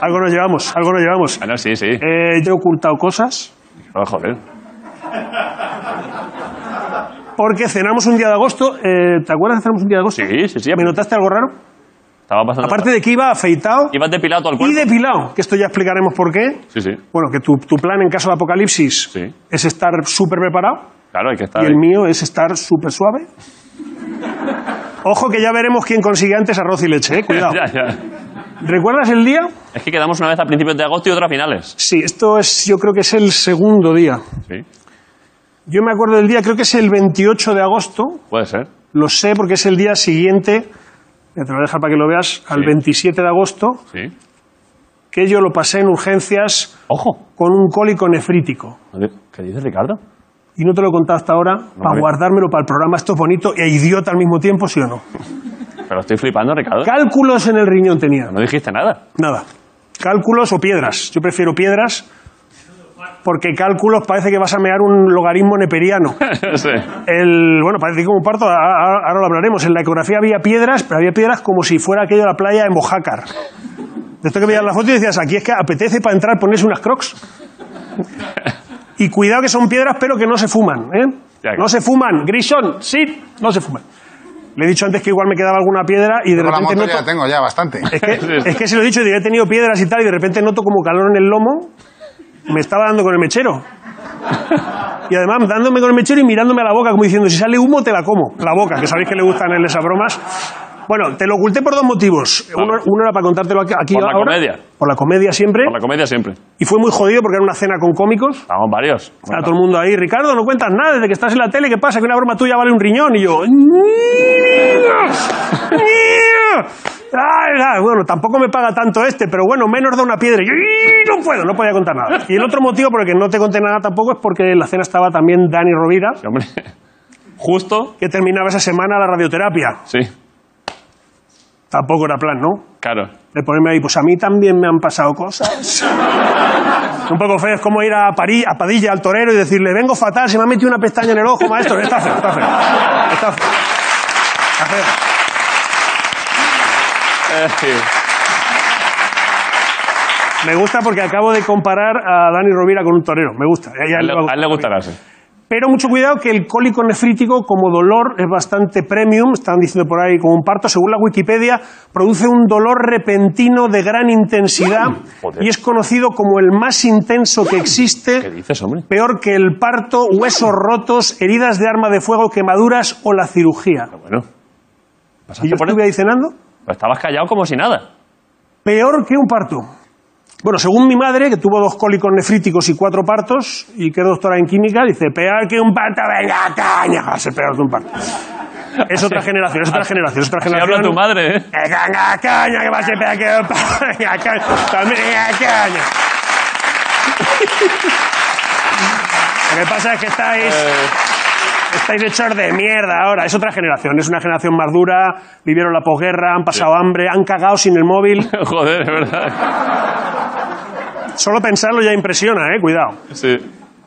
algo nos llevamos, algo nos llevamos.
Ah, no, sí, sí.
Eh, yo he ocultado cosas.
Oh, joder.
Porque cenamos un día de agosto. eh, ¿Te acuerdas que cenamos un día de agosto?
Sí, sí, sí.
¿Me notaste algo raro?
Estaba pasando.
Aparte de que iba afeitado
Ibas depilado todo el
y
cuerpo.
depilado, que esto ya explicaremos por qué.
Sí, sí.
Bueno, que tu, tu plan en caso de apocalipsis
Sí.
es estar súper preparado
Claro, hay que estar.
y el
ahí.
mío es estar súper suave. Ojo que ya veremos quién consigue antes arroz y leche, eh, cuidado.
(laughs) Ya, ya.
¿Recuerdas el día?
Es que quedamos una vez a principios de agosto y otra a finales.
Sí, esto es, yo creo que es el segundo día.
Sí,
Yo me acuerdo del día, creo que es el 28 de agosto,
puede ser.
lo sé porque es el día siguiente, ya te lo voy a dejar para que lo veas, al
Sí.
27 de agosto,
Sí.
que yo lo pasé en urgencias
Ojo.
con un cólico nefrítico.
¿Qué dices, Ricardo?
Y no te lo he contado hasta ahora para
me-
guardármelo para el programa. Esto es bonito e idiota al mismo tiempo, ¿sí o no?
Pero estoy flipando, Ricardo.
Cálculos en el riñón tenía.
No dijiste nada. (laughs)
Nada. Cálculos o piedras. Yo prefiero piedras porque cálculos parece que vas a mear un logaritmo neperiano.
sí.
El, bueno, parece como un parto, a- a- ahora lo hablaremos. En la ecografía había piedras, pero había piedras como si fuera aquello de la playa de Mojácar. De esto que veías la foto y decías, aquí es que apetece para entrar ponerse unas crocs. Y cuidado que son piedras, pero que no se fuman. ¿eh?
Ya, claro.
No se fuman. Grison, sí, no se fuman. Le he dicho antes que igual me quedaba alguna piedra y de
Con la
repente
moto
noto...
ya tengo ya bastante.
Es que, es que se lo he dicho, digo, he tenido piedras y tal, y de repente noto como calor en el lomo. Me estaba dando con el mechero. Y además dándome con el mechero y mirándome a la boca, como diciendo, si sale humo te la como. La boca, que sabéis que le gustan a él esas bromas. Bueno, te lo oculté pues, por dos motivos.
Vale.
Uno, uno era para contártelo aquí. aquí
Por la
ahora.
comedia.
Por la comedia siempre.
Por la comedia siempre.
Y fue muy jodido porque era una cena con cómicos.
Estamos varios.
Estaba todo el mundo ahí, Ricardo, no cuentas nada desde que estás en la tele, ¿qué pasa? Que una broma tuya vale un riñón. Y yo. "Ah, Ay, ay, bueno, tampoco me paga tanto este, pero bueno, menos da una piedra. Y Yo no puedo, no podía contar nada. Y el otro motivo por el que no te conté nada tampoco es porque en la cena estaba también Dani Rovira,
Sí, hombre. (laughs) Justo.
que terminaba esa semana la radioterapia.
Sí,
Tampoco era plan, ¿no?
claro.
De ponerme ahí, pues a mí también me han pasado cosas. un poco feo, es como ir a, París, a Padilla, al torero, y decirle, vengo fatal, se me ha metido una pestaña en el ojo, maestro. Está feo, está feo. Está feo. Está feo.
Eh, sí.
Me gusta porque acabo de comparar a Dani Rovira con un torero. Me gusta. Ya- ya
A él,
le va a
le- a él le
gustar.
gustará, sí.
Pero mucho cuidado que el cólico nefrítico como dolor es bastante premium, están diciendo por ahí como un parto, según la Wikipedia, produce un dolor repentino de gran intensidad
Joder.
y es conocido como el más intenso que existe.
¿Qué dices, hombre?
Peor que el parto, huesos rotos, heridas de arma de fuego, quemaduras o la cirugía.
Ah, Bueno.
Y
Pasaste
yo
por él. Pues
estuve ahí cenando.
Pero Estabas callado como si nada.
Peor que un parto.
Bueno, según mi madre, que tuvo dos cólicos nefríticos y cuatro partos, y que es doctora en química, dice, peor que un parto, venga, caña, se peor que un parto. Es otra generación, es otra generación, es otra
Se
generación.
Ah, habla tu madre, ¿eh? (laughs)
Eh, venga, caña, que va a ser peor que un parto, (laughs) venga, caña, también, venga, caña. Lo que pasa es que estáis...
Eh.
Estáis hechos de mierda ahora. Es otra generación. Es una generación más dura. Vivieron la posguerra, han pasado hambre, han cagado sin el móvil.
Joder, es verdad.
Solo pensarlo ya impresiona, eh. Cuidado.
Sí.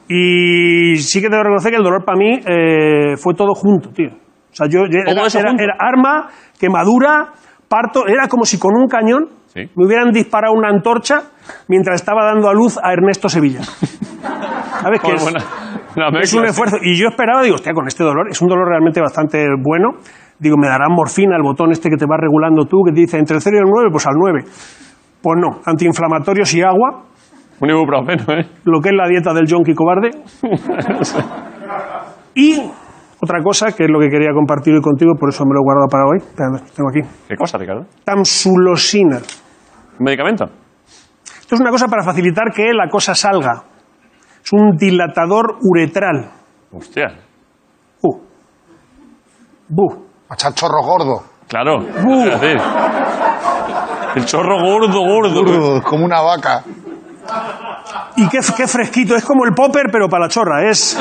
Y sí que debo reconocer que el dolor para mí eh, fue todo junto, tío. O sea, yo yo-
¿Todo
era,
eso
era-
junto?
era arma, quemadura, parto. Era como si con un cañón
Sí.
me hubieran disparado una antorcha mientras estaba dando a luz a Ernesto
(laughs)
Sevilla. ¿Sabes qué
Joder,
es?
buena- la
Es
mezcla,
un
sí.
esfuerzo. Y yo esperaba, digo, hostia, con este dolor, es un dolor realmente bastante bueno. Digo, me darán morfina, el botón este que te va regulando tú, que te dice entre el 0 y el 9, pues al 9. Pues no, antiinflamatorios y agua,
Un ibuprofeno, ¿eh?
lo que es la dieta del yonki
(laughs)
cobarde. y otra cosa, que es lo que quería compartir hoy contigo, por eso me lo he guardado para hoy. Espera, lo tengo aquí.
¿Qué cosa, Ricardo?
Tamsulosina.
¿Un medicamento?
Esto es una cosa para facilitar que la cosa salga. Es un dilatador uretral.
Hostia.
Uh. Bu.
Machachorro gordo.
Claro.
Uh.
Es decir, el chorro gordo, gordo.
Gordo, como una vaca.
Y qué, qué fresquito, es como el popper, pero para la chorra, es.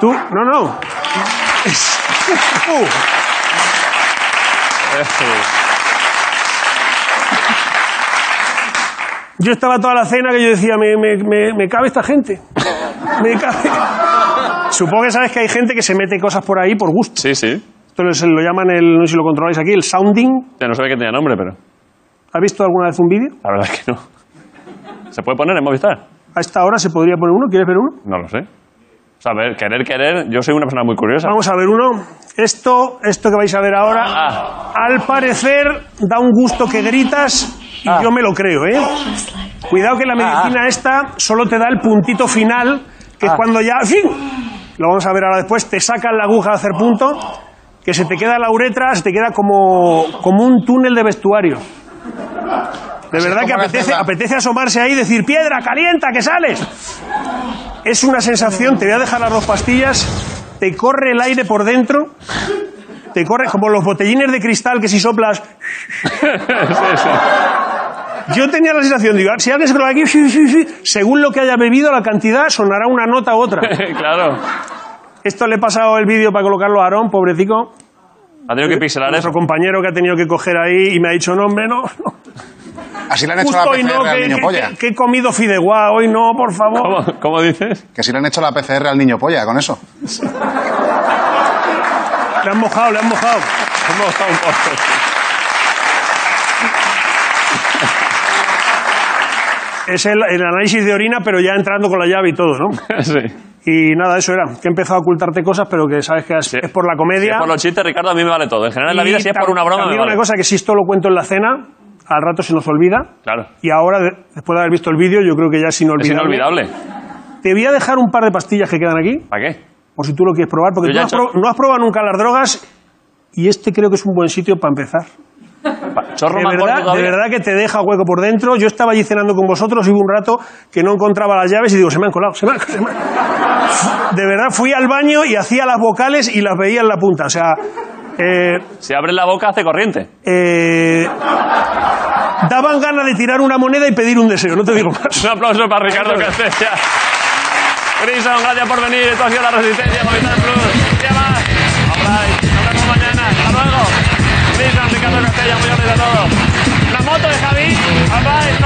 Tú, no, no. Es- (laughs) Uh, yo estaba toda la cena que yo decía, me, me- me- me cabe esta gente. Me cabe. Supongo que sabes que hay gente que se mete cosas por ahí por gusto.
Sí, sí.
Esto es el- lo llaman el, no sé si lo controláis aquí, el sounding.
Ya no sabía que tenía nombre, pero
¿Has visto alguna vez un vídeo?
la verdad es que no. ¿Se puede poner en Movistar?
A esta hora se podría poner uno, ¿quieres ver uno?
No lo sé. O sea, a ver, querer, querer. Yo soy una persona muy curiosa.
Vamos a ver uno. Esto, esto que vais a ver ahora,
Ah. (laughs)
al parecer da un gusto que gritas y yo me lo creo, ¿eh? Cuidado que la medicina esta solo te da el puntito final, que
Ah.
es cuando ya, ¡fin! Lo vamos a ver ahora después, te sacan la aguja a hacer punto, que se te queda la uretra, se te queda como, como un túnel de vestuario. De
Así es
verdad que
como la
apetece,
celda.
apetece asomarse ahí y decir, piedra, calienta, que sales. Es una sensación, te voy a dejar las dos pastillas, te corre el aire por dentro, te corre como los botellines de cristal que si
(laughs)
soplas...
Sí, sí.
Yo tenía la sensación, digo, si alguien se coloca aquí, sí, sí, sí, según lo que haya bebido, la cantidad sonará una nota u otra.
claro.
Esto le he pasado el vídeo para colocarlo a Aarón, pobrecito.
Ha tenido que pixelar eso.
Nuestro compañero que ha tenido que coger ahí y me ha dicho, no, hombre, no. no".
Así le han hecho la
Justo hoy
PCR
no,
al
que,
niño
que-
polla.
que- que he comido fideuá, hoy no, por favor.
¿Cómo, cómo dices?
Que si le han hecho la PCR al niño polla con eso.
Le han mojado, le han mojado.
¿Cómo está un poco?
Es el, el análisis de orina, pero ya entrando con la llave y todo, ¿no?
(laughs) Sí.
Y nada, eso era. Que he empezado a ocultarte cosas, pero que sabes que es,
Sí.
es por la
Si es
comedia.
por los chistes, Ricardo, a mí me vale todo. En general, en la vida,
Y
si es
tam-
por una broma, me
También
vale.
una cosa que si esto lo cuento en la cena, al rato se nos olvida.
Claro.
Y ahora, de- después de haber visto el vídeo, yo creo que ya es
Es
inolvidable.
inolvidable.
Te voy a dejar un par de pastillas que quedan aquí,
¿Para qué?
por si tú lo quieres probar, porque
Yo
tú
ya
has
he hecho-
prob- no has probado nunca las drogas y este creo que es un buen sitio para empezar.
Pa- Chorro
De
más gordo
verdad, de
todavía.
verdad que te deja hueco por dentro. Yo estaba allí cenando con vosotros y hubo un rato que no encontraba las llaves y digo, se me han colado, se me han (laughs) se me han-". De verdad, fui al baño y hacía las vocales y las veía en la punta. O sea, eh,
Si abres la boca, hace corriente.
eh, daban ganas de tirar una moneda y pedir un deseo, no te digo más.
Un aplauso para Ricardo Castella. Grison, gracias por venir. Esto ha sido La Resistencia, Movistar Plus. ¿Qué más? Alright, Nos vemos mañana. Hasta luego. Grison, Ricardo Castella, muy gracias a todos. La moto de Javi. Alright.